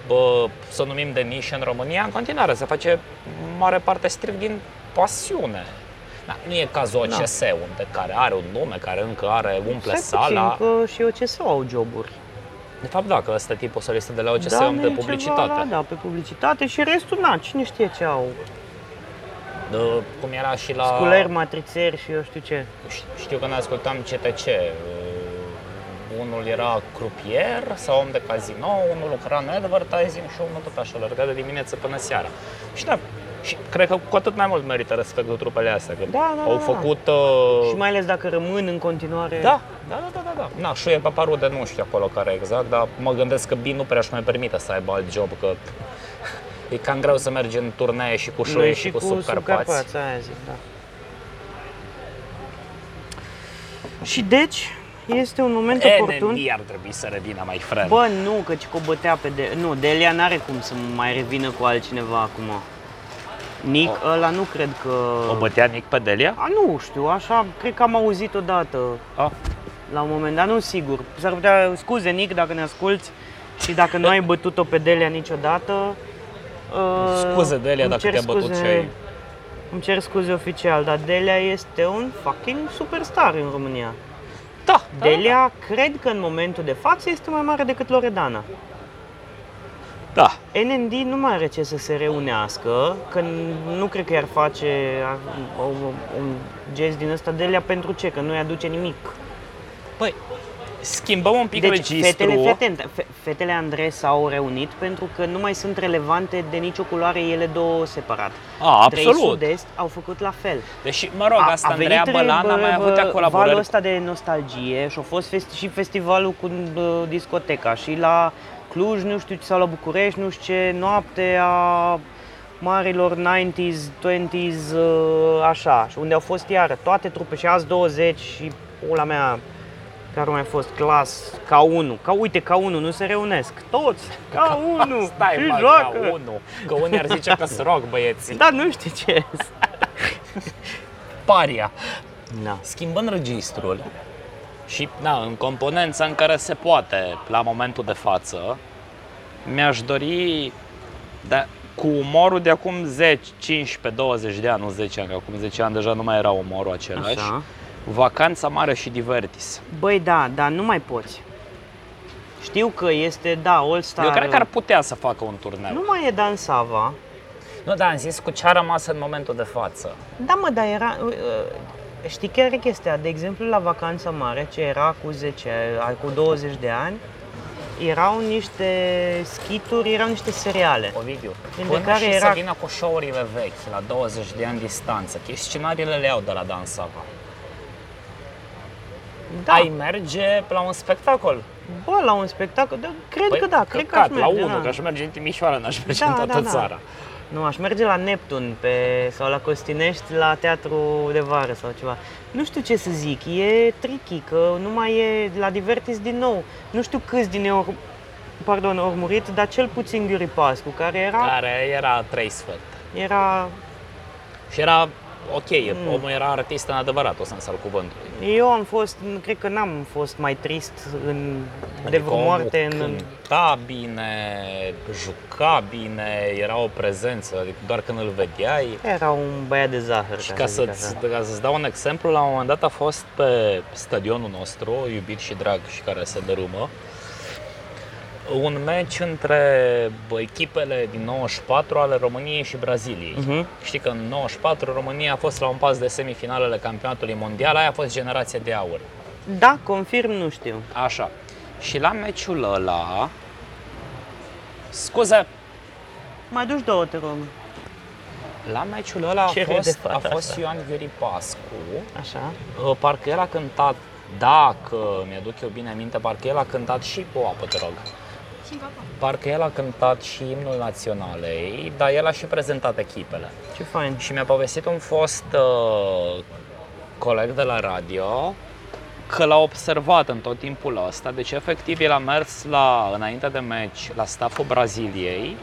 Speaker 2: bă, să o numim de nișă în România, în continuare se face mare parte strict din pasiune. Da, nu e cazul
Speaker 1: Da.
Speaker 2: OCS, unde care are un nume, care încă are, umple
Speaker 1: Stai puțin,
Speaker 2: sala.
Speaker 1: că și eu ce să au joburi.
Speaker 2: De fapt, dacă ăsta e tipul solistă de la OCS,
Speaker 1: Da,
Speaker 2: om
Speaker 1: nu
Speaker 2: de
Speaker 1: e ceva,
Speaker 2: publicitate.
Speaker 1: Da, da, pe publicitate și restul, na, cine știe ce au.
Speaker 2: De, cum era și la...
Speaker 1: Sculeri, matrițeri și eu știu ce.
Speaker 2: Ș- Știu că ne ascultam CTC. uh, Unul era crupier sau om de casino, unul lucra în advertising și unul tot așa, lărga de dimineață până seara. Și da, și cred că cu atât mai mult merită respectul trupele astea, că
Speaker 1: Da, da, da,
Speaker 2: au
Speaker 1: da.
Speaker 2: făcut... Uh...
Speaker 1: Și mai ales dacă rămân în continuare.
Speaker 2: Da, da, da, da, da, da. Na, și e paparul de nu știu acolo care exact, dar mă gândesc că Bin nu prea își mai permite să aibă alt job, că e cam greu să mergi în turnee și cu
Speaker 1: noi
Speaker 2: șoie
Speaker 1: și
Speaker 2: și
Speaker 1: cu
Speaker 2: subcarpați.
Speaker 1: subcarpați, aia zic, da. Și deci, este un moment oportun.
Speaker 2: NND ar trebui să revină, mai frate.
Speaker 1: Bă, nu, căci că bătea pe de... Nu, Delia n-are cum să mai revină cu altcineva acum. Nick, ăla nu cred că...
Speaker 3: O bătea Nick Pedelia?
Speaker 1: A, nu știu, așa, cred că am auzit odată
Speaker 3: A.
Speaker 1: la un moment dat, nu sigur. S-ar putea, scuze Nick dacă ne asculti și dacă nu ai bătut-o pe Delia niciodată. uh,
Speaker 2: Scuze, Delia,
Speaker 1: îmi
Speaker 2: dacă
Speaker 1: cer
Speaker 2: te-a bătut
Speaker 1: scuze-
Speaker 2: și ai-
Speaker 1: Îmi cer scuze oficial, dar Delia este un fucking superstar în România.
Speaker 3: Da, da,
Speaker 1: Delea, cred că în momentul de față este mai mare decât Loredana.
Speaker 3: da.
Speaker 1: NND nu mai are ce să se reunească, că nu cred că i-ar face ar- o- o- un gest din ăsta de lea pentru ce, că nu-i aduce nimic.
Speaker 3: Păi, schimbăm un pic
Speaker 1: Deci
Speaker 3: registrul.
Speaker 1: fetele, fete, fe- fetele Andrei s-au reunit pentru că nu mai sunt relevante de nicio culoare ele două separat.
Speaker 3: A,
Speaker 1: Trei
Speaker 3: absolut.
Speaker 1: sud-est au făcut la fel.
Speaker 3: Deși, mă rog, asta
Speaker 1: venit
Speaker 3: Andreea Bălan a
Speaker 1: bă-
Speaker 3: mai avut
Speaker 1: bă-
Speaker 3: ea
Speaker 1: Valul
Speaker 3: colaborări.
Speaker 1: ăsta de nostalgie și a fost fest- și festivalul cu bă, discoteca și la Cluj, nu știu ce, sau la București, nu știu ce, noapte a marilor 90s, 20s, uh, așa, și unde au fost iară toate trupe și azi 20 și pula mea care au mai fost clas ca unul, ca uite ca unul, nu se reunesc, toți ca unul
Speaker 2: Stai,
Speaker 1: și
Speaker 2: mă,
Speaker 1: joacă.
Speaker 2: Ca unul, că unii ar zice că sunt rock, băieții.
Speaker 1: Da, nu știu ce.
Speaker 2: Paria.
Speaker 1: Na.
Speaker 2: Schimbând registrul și na, în componența în care se poate la momentul de față,
Speaker 3: Mi-aș dori, da, cu umorul de acum 10, 15, 20 de ani, nu 10 ani, că acum 10 ani deja nu mai era umorul același,
Speaker 1: Așa.
Speaker 3: Vacanța Mare și Divertis.
Speaker 1: Băi, da, dar nu mai poți. Știu că este, da, All Star.
Speaker 3: Eu cred că ar putea să facă un turneu.
Speaker 1: Nu mai e Dan Sava.
Speaker 2: nu, da, am zis cu ce a rămas în momentul de față.
Speaker 1: Da, mă, dar era... uh, Știi care e chestia? De exemplu, la Vacanța Mare, ce era cu 10, a- cu 20 de ani, erau niște schituri, erau niște seriale.
Speaker 2: Ovidiu,
Speaker 1: Din
Speaker 2: până
Speaker 1: de care
Speaker 2: și
Speaker 1: era-
Speaker 2: să vină cu show-urile vechi, la 20 de ani distanță, că scenariile le iau de la Dan Sava.
Speaker 1: Da,
Speaker 2: Ai merge la un spectacol.
Speaker 1: bă, la un spectacol, da, cred
Speaker 2: Păi,
Speaker 1: că da, cred că
Speaker 2: căcat,
Speaker 1: aș merge,
Speaker 2: la unul,
Speaker 1: da.
Speaker 2: că aș merge în Timișoara, n-aș merge
Speaker 1: Da,
Speaker 2: în toată
Speaker 1: da, da.
Speaker 2: țara.
Speaker 1: Nu, aș merge la Neptun pe, sau la Costinești, la teatru de vară sau ceva. Nu știu ce să zic, e tricky, că nu mai e la Divertis din nou. Nu știu câți din ei au, pardon, au murit, dar cel puțin Ghiuri Pascu, care era,
Speaker 2: Care era trei sfert.
Speaker 1: era...
Speaker 2: Și era ok,
Speaker 1: Mm.
Speaker 2: omul era artist în adevărat, o sens al cuvântului.
Speaker 1: Eu am fost, cred că n-am fost mai trist în, de vreo
Speaker 2: Adică omul
Speaker 1: moarte în...
Speaker 2: cânta bine, juca bine, era o prezență, adică doar când îl vedeai.
Speaker 1: Era un băiat de zahăr,
Speaker 2: Și ca să-ți, ca să-ți dau un exemplu, la un moment dat a fost pe stadionul nostru, iubit și drag și care se dărâmă, un meci între echipele din 94 ale României și Braziliei.
Speaker 1: Uh-huh.
Speaker 2: Știi că în 94 România a fost la un pas de semifinalele campionatului mondial, aia a fost generația de aur.
Speaker 1: Da, confirm, nu știu.
Speaker 3: Așa. Și la meciul ăla,
Speaker 2: Scuze,
Speaker 1: Mai duci două, te rog.
Speaker 2: la meciul ăla a
Speaker 1: Ce râde
Speaker 2: fost, a
Speaker 1: fata
Speaker 2: fost
Speaker 1: asta?
Speaker 2: Ioan Ghiuri Pascu,
Speaker 1: Așa.
Speaker 2: Uh, parcă el a cântat, dacă mi-aduc eu bine aminte, parcă el a cântat și o apă, te rog. Parcă el a cântat și imnul naționalei, dar el a și prezentat echipele.
Speaker 1: Ce fain.
Speaker 2: Și mi-a povestit un fost uh, coleg de la radio
Speaker 3: că l-a observat în tot timpul ăsta, deci efectiv el a mers la, înainte de meci la staful Braziliei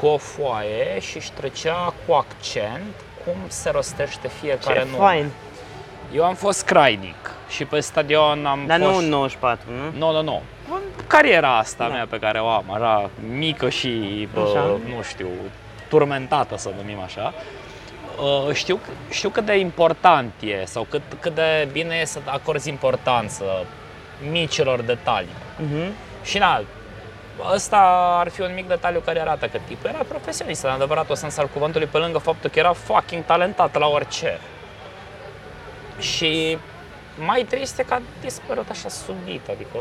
Speaker 2: cu o foaie și își trecea cu accent cum se rostește
Speaker 1: Ce
Speaker 2: fiecare nume.
Speaker 1: fain.
Speaker 3: Eu am fost crainic și pe stadion am
Speaker 1: Dar
Speaker 3: fost...
Speaker 1: nu în 94, nu?
Speaker 3: Nu, nu, nu. Cariera asta
Speaker 1: Da.
Speaker 3: mea pe care o am, așa, mică și, bă,
Speaker 1: Așa.
Speaker 3: nu știu, turmentată să o numim așa, uh, știu, știu cât de important e sau cât,
Speaker 2: Cât de bine e să acorzi importanță micilor detalii.
Speaker 1: Mhm.
Speaker 2: Și na, ăsta ar fi un mic detaliu care arată că tipul era profesionist, în adevăratul sens al cuvântului, pe lângă faptul că era fucking talentat la orice. Și mai trist e că a dispărut așa subit, adică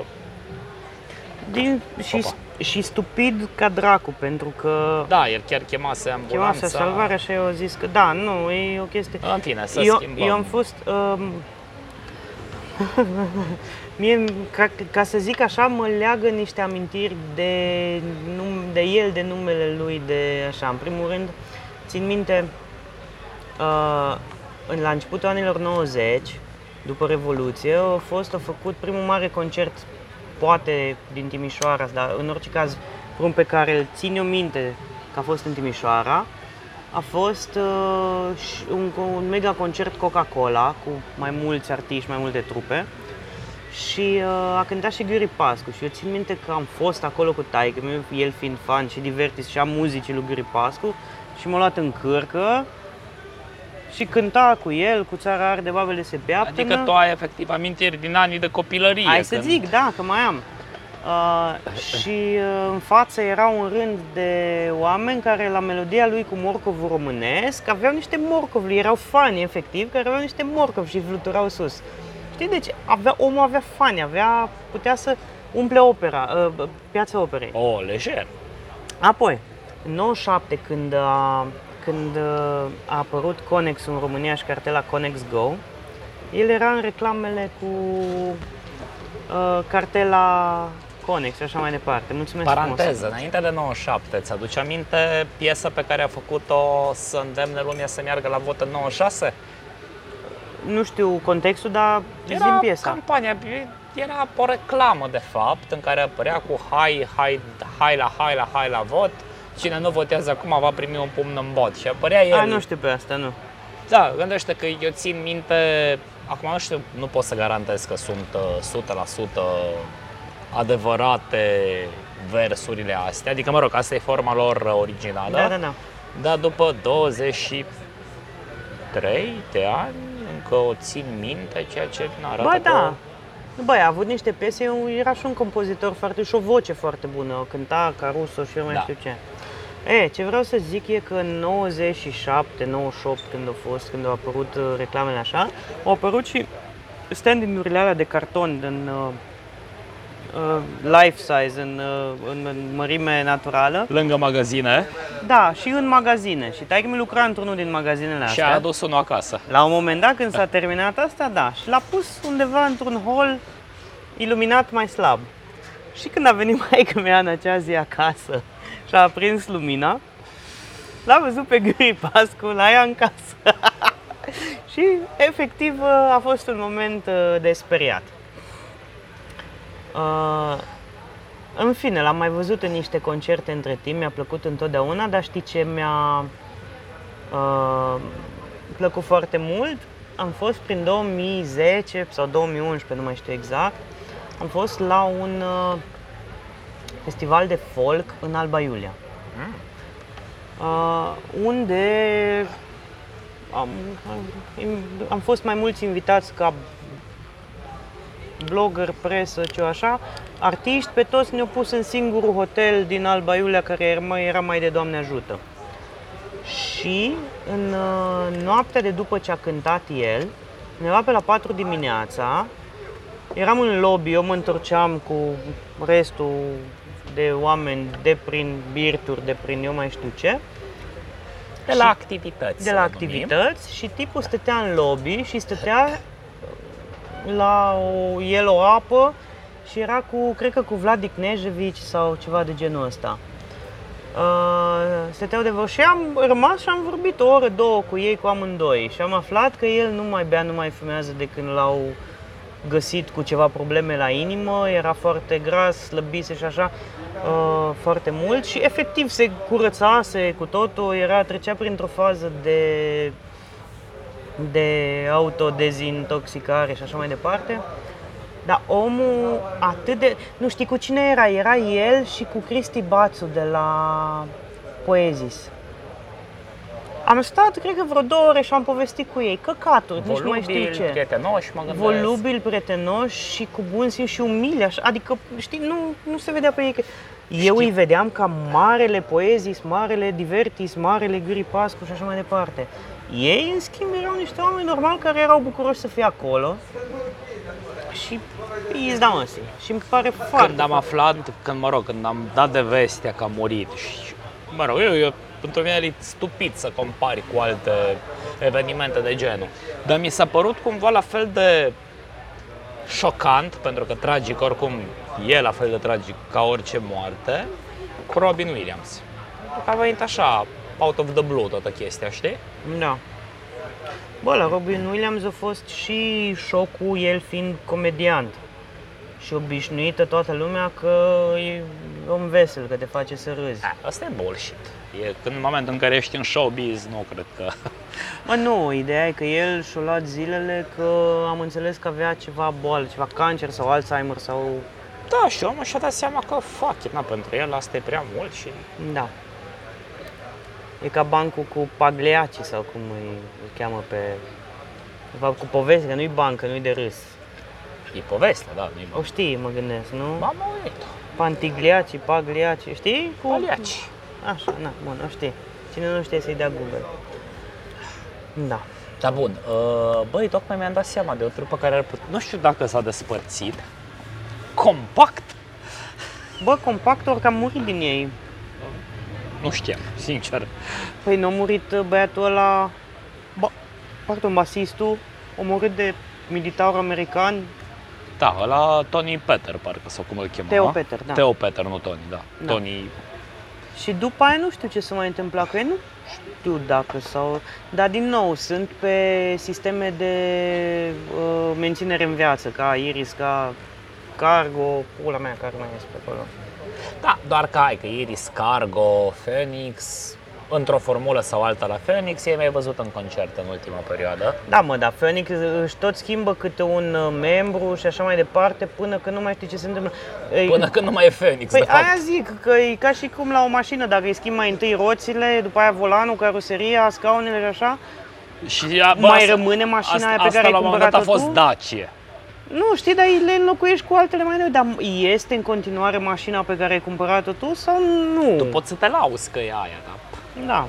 Speaker 1: Din, și,
Speaker 2: Opa.
Speaker 1: și stupid ca dracu, pentru că
Speaker 2: da, el chiar chemase ambulanța. Da,
Speaker 1: chemase salvarea și eu zis că da, nu, e o chestie.
Speaker 2: În fine, să
Speaker 1: Eu,
Speaker 2: schimbăm.
Speaker 1: eu am fost... Um, mie, ca, ca să zic așa, mă leagă niște amintiri de, num, de el, de numele lui, de așa. În primul rând, țin minte, uh, în, la începutul anilor 90, după Revoluție, a fost, a făcut primul mare concert, poate din Timișoara, dar în orice caz, unul pe care îl țin eu minte că a fost în Timișoara, a fost uh, și un, un mega concert Coca-Cola cu mai mulți artiști, mai multe trupe și uh, a cântat și Guri Pascu și eu țin minte că am fost acolo cu taică meu, el fiind fan și divertis și a muzicii lui Guri Pascu și m-a luat în cârcă și cânta cu el, cu țara arde babele se beaptănă.
Speaker 3: Adică tu ai efectiv amintiri din anii de copilărie.
Speaker 1: Hai să
Speaker 3: când-
Speaker 1: zic, da, că mai am. Uh, și uh, în față era un rând de oameni care la melodia lui cu morcovul românesc aveau niște morcovi, erau fani efectiv, care aveau niște morcovi și fluturau sus. Știi, deci avea, omul avea fani, avea, putea să umple opera, uh, piața operei.
Speaker 2: O, lejer.
Speaker 1: Apoi, în 97, când a, când uh, a apărut Conex în România și cartela Conex Go, el era în reclamele cu uh, cartela Conex și așa mai departe. Mulțumesc
Speaker 2: Paranteză, înainte de 97, ți-aduce aminte piesa pe care a făcut-o să îndemne lumea să meargă la vot în 96?
Speaker 1: frumos. Nu știu contextul, dar
Speaker 2: Era
Speaker 1: zim piesa.
Speaker 2: campania, era o reclamă de fapt în care apărea cu hai, hai, hai la hai la hai la vot. Cine nu votează acum va primi un pumn în bot și apărea el.
Speaker 1: A, nu știu pe asta, nu.
Speaker 2: Da, gândește că eu țin minte, acum nu știu, nu pot să garantez că sunt uh, 100% adevărate versurile astea, adică mă rog, asta e forma lor uh, originală.
Speaker 1: Da, da, da.
Speaker 2: Dar după 23 de ani încă o țin minte, ceea ce nu arată
Speaker 1: Ba da.
Speaker 2: că...
Speaker 1: Băi, a avut niște piese, era și un compozitor foarte și o voce foarte bună, cânta Caruso și eu mai
Speaker 2: Da.
Speaker 1: știu ce. E, ce vreau să zic e că în 97, 98, când a fost, când au apărut uh, reclamele așa, au apărut și standing-urile alea de carton în uh, uh, life size, în, uh, în, în mărime naturală.
Speaker 3: Lângă magazine
Speaker 1: Da, și în magazine. Și taică mi lucra într-unul din magazinele
Speaker 3: și
Speaker 1: astea.
Speaker 3: a adus unul acasă.
Speaker 1: La un moment dat, când s-a terminat asta, da, și l-a pus undeva într-un hol iluminat mai slab. Și când a venit maica mea în acea zi acasă și a aprins lumina, l-a văzut pe Guri Pascu la ea în casă. și efectiv ă, a fost un moment uh, de speriat. Uh, În fine, l-am mai văzut în niște concerte între timp, mi-a plăcut întotdeauna, dar știi ce mi-a uh, plăcut foarte mult. Am fost prin 2010 sau 2011, nu mai știu exact. Am fost la un uh, festival de folk în Alba Iulia. Uh, unde am, am, am fost mai mulți invitați ca blogger, presă, ce așa, artiști, pe toți ne-au pus în singurul hotel din Alba Iulia care era mai- era mai de Doamne ajută. Și în uh, noaptea de după ce a cântat el, undeva pe la 4 dimineața, eram în lobby, eu mă întorceam cu restul de oameni de prin birturi, de prin eu mai știu ce,
Speaker 2: De la activități.
Speaker 1: de
Speaker 2: să
Speaker 1: la
Speaker 2: le numim.
Speaker 1: activități și tipul stătea în lobby și stătea la o, el o apă și era cu, cred că cu Vlad Icnejevici sau ceva de genul ăsta. Uh, stăteau de vreo și am rămas și am vorbit o oră, două cu ei, cu amândoi și am aflat că el nu mai bea, nu mai fumează de când l-au găsit cu ceva probleme la inimă, era foarte gras, slăbise și așa uh, foarte mult și efectiv se curățase cu totul, era, trecea printr-o fază de de autodezintoxicare și așa mai departe. Dar omul atât de... Nu știi cu cine era? Era el și cu Cristi Bațu de la Poezis. Am stat, cred că vreo două ore și am povestit cu ei. Căcaturi, nici nu mai știu
Speaker 2: Volubil,
Speaker 1: ce
Speaker 2: prietenoși, mă gândesc.
Speaker 1: volubil, prietenoși și cu bun simț și umili, așa, adică, știi, nu, nu se vedea pe ei că... Eu îi vedeam ca marele poezis, marele divertis, marele Guri Pascu și așa mai departe. Ei, în schimb, erau niște oameni normal care erau bucuroși să fie acolo și îi dau măsi. Și îmi pare foarte...
Speaker 3: Când am aflat, când mă rog, când am dat de vestea că a murit și, mă rog, eu, eu pentru mine e stupid să compari cu alte evenimente de genul. Dar mi s-a părut cumva la fel de șocant, pentru că tragic oricum e la fel de tragic ca orice moarte, cu Robin Williams. Pentru că a venit așa, out of the blue toată chestia, știi?
Speaker 1: Da. Bă, la Robin Williams a fost și șocul el fiind comediant. Și obișnuită toată lumea că e om vesel, că te face să râzi.
Speaker 3: A, Asta e bullshit. E când în momentul în care ești în showbiz, nu cred că
Speaker 1: Mă, nu, ideea e că el și-a luat zilele că am înțeles că avea ceva boală, ceva cancer sau Alzheimer sau...
Speaker 3: Da, și omul și-a dat seama că, fuck it, na, pentru el asta e prea mult și
Speaker 1: Da. E ca bancul cu Pagliacci sau cum îi, îl cheamă pe... De fapt, cu poveste, că nu-i bancă, nu-i de râs.
Speaker 2: E poveste, da, nu-i
Speaker 1: O știi, mă gândesc, nu?
Speaker 2: M-am auzit.
Speaker 1: Pantigliaci, Pagliaci, știi? Cu...
Speaker 2: Paliaci.
Speaker 1: Așa, na, bun, o știi. Cine nu știe să-i dea Google. Da.
Speaker 2: Da, bun. Uh, Băi, tocmai mi-am dat seama de o trupă care ar putea... Nu știu dacă s-a despărțit. Compact?
Speaker 1: Bă, compactor că a murit din ei.
Speaker 2: Nu știam, sincer.
Speaker 1: Păi nu a murit uh, băiatul ăla, ba, pardon, basistul, omorât de militar american,
Speaker 2: Da, la Tony Peter, parcă, sau cum îl chema.
Speaker 1: Theo
Speaker 2: da?
Speaker 1: Peter, da.
Speaker 2: Theo Peter, nu Tony, da.
Speaker 1: Da.
Speaker 2: Tony,
Speaker 1: Și după aia nu știu ce se mai întâmpla cu ei, nu știu dacă sau... Dar din nou, sunt pe sisteme de uh, menținere în viață, ca Iris, ca Cargo, pula mea, Cargo mai este pe acolo.
Speaker 2: da, doar că ai, că Iris, Cargo, Phoenix, într-o formulă sau alta la Phoenix, i-ai mai văzut în concert în ultima perioadă.
Speaker 1: Da, mă, dar Phoenix își tot schimbă câte un uh, membru și așa mai departe, până când nu mai știi ce se întâmplă. Ei,
Speaker 2: Până când nu mai e Phoenix,
Speaker 1: Păi
Speaker 2: de fapt.
Speaker 1: aia zic, că e ca și cum la o mașină, dacă îi schimbi mai întâi roțile, după aia volanul, caroseria, scaunele și așa,
Speaker 2: Și a,
Speaker 1: mai rămâne mașina aia pe
Speaker 2: asta
Speaker 1: care ai
Speaker 2: la un moment dat a
Speaker 1: cumpărat-o
Speaker 2: fost da.
Speaker 1: tu?
Speaker 2: Dacia.
Speaker 1: Nu, știi, dar le înlocuiești cu altele mai noi, dar este în continuare mașina pe care ai cumpărat-o tu sau nu?
Speaker 2: Tu poți să te lauzi că e aia, dar
Speaker 1: Da,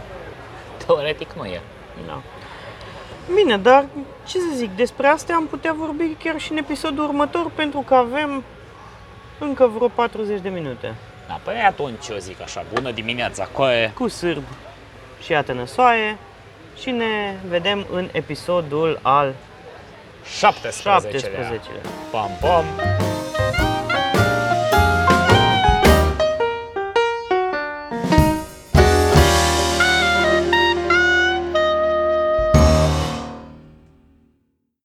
Speaker 2: teoretic nu e.
Speaker 1: da. Bine, dar ce să zic, despre astea am putea vorbi chiar și în episodul următor pentru că avem încă vreo 40 de minute.
Speaker 2: Da, păi atunci eu zic așa, bună dimineața, coe.
Speaker 1: Cu sârb și atănăsoaie și ne vedem în episodul al
Speaker 2: 17.
Speaker 1: 17-lea.
Speaker 2: 17. Pam, pam.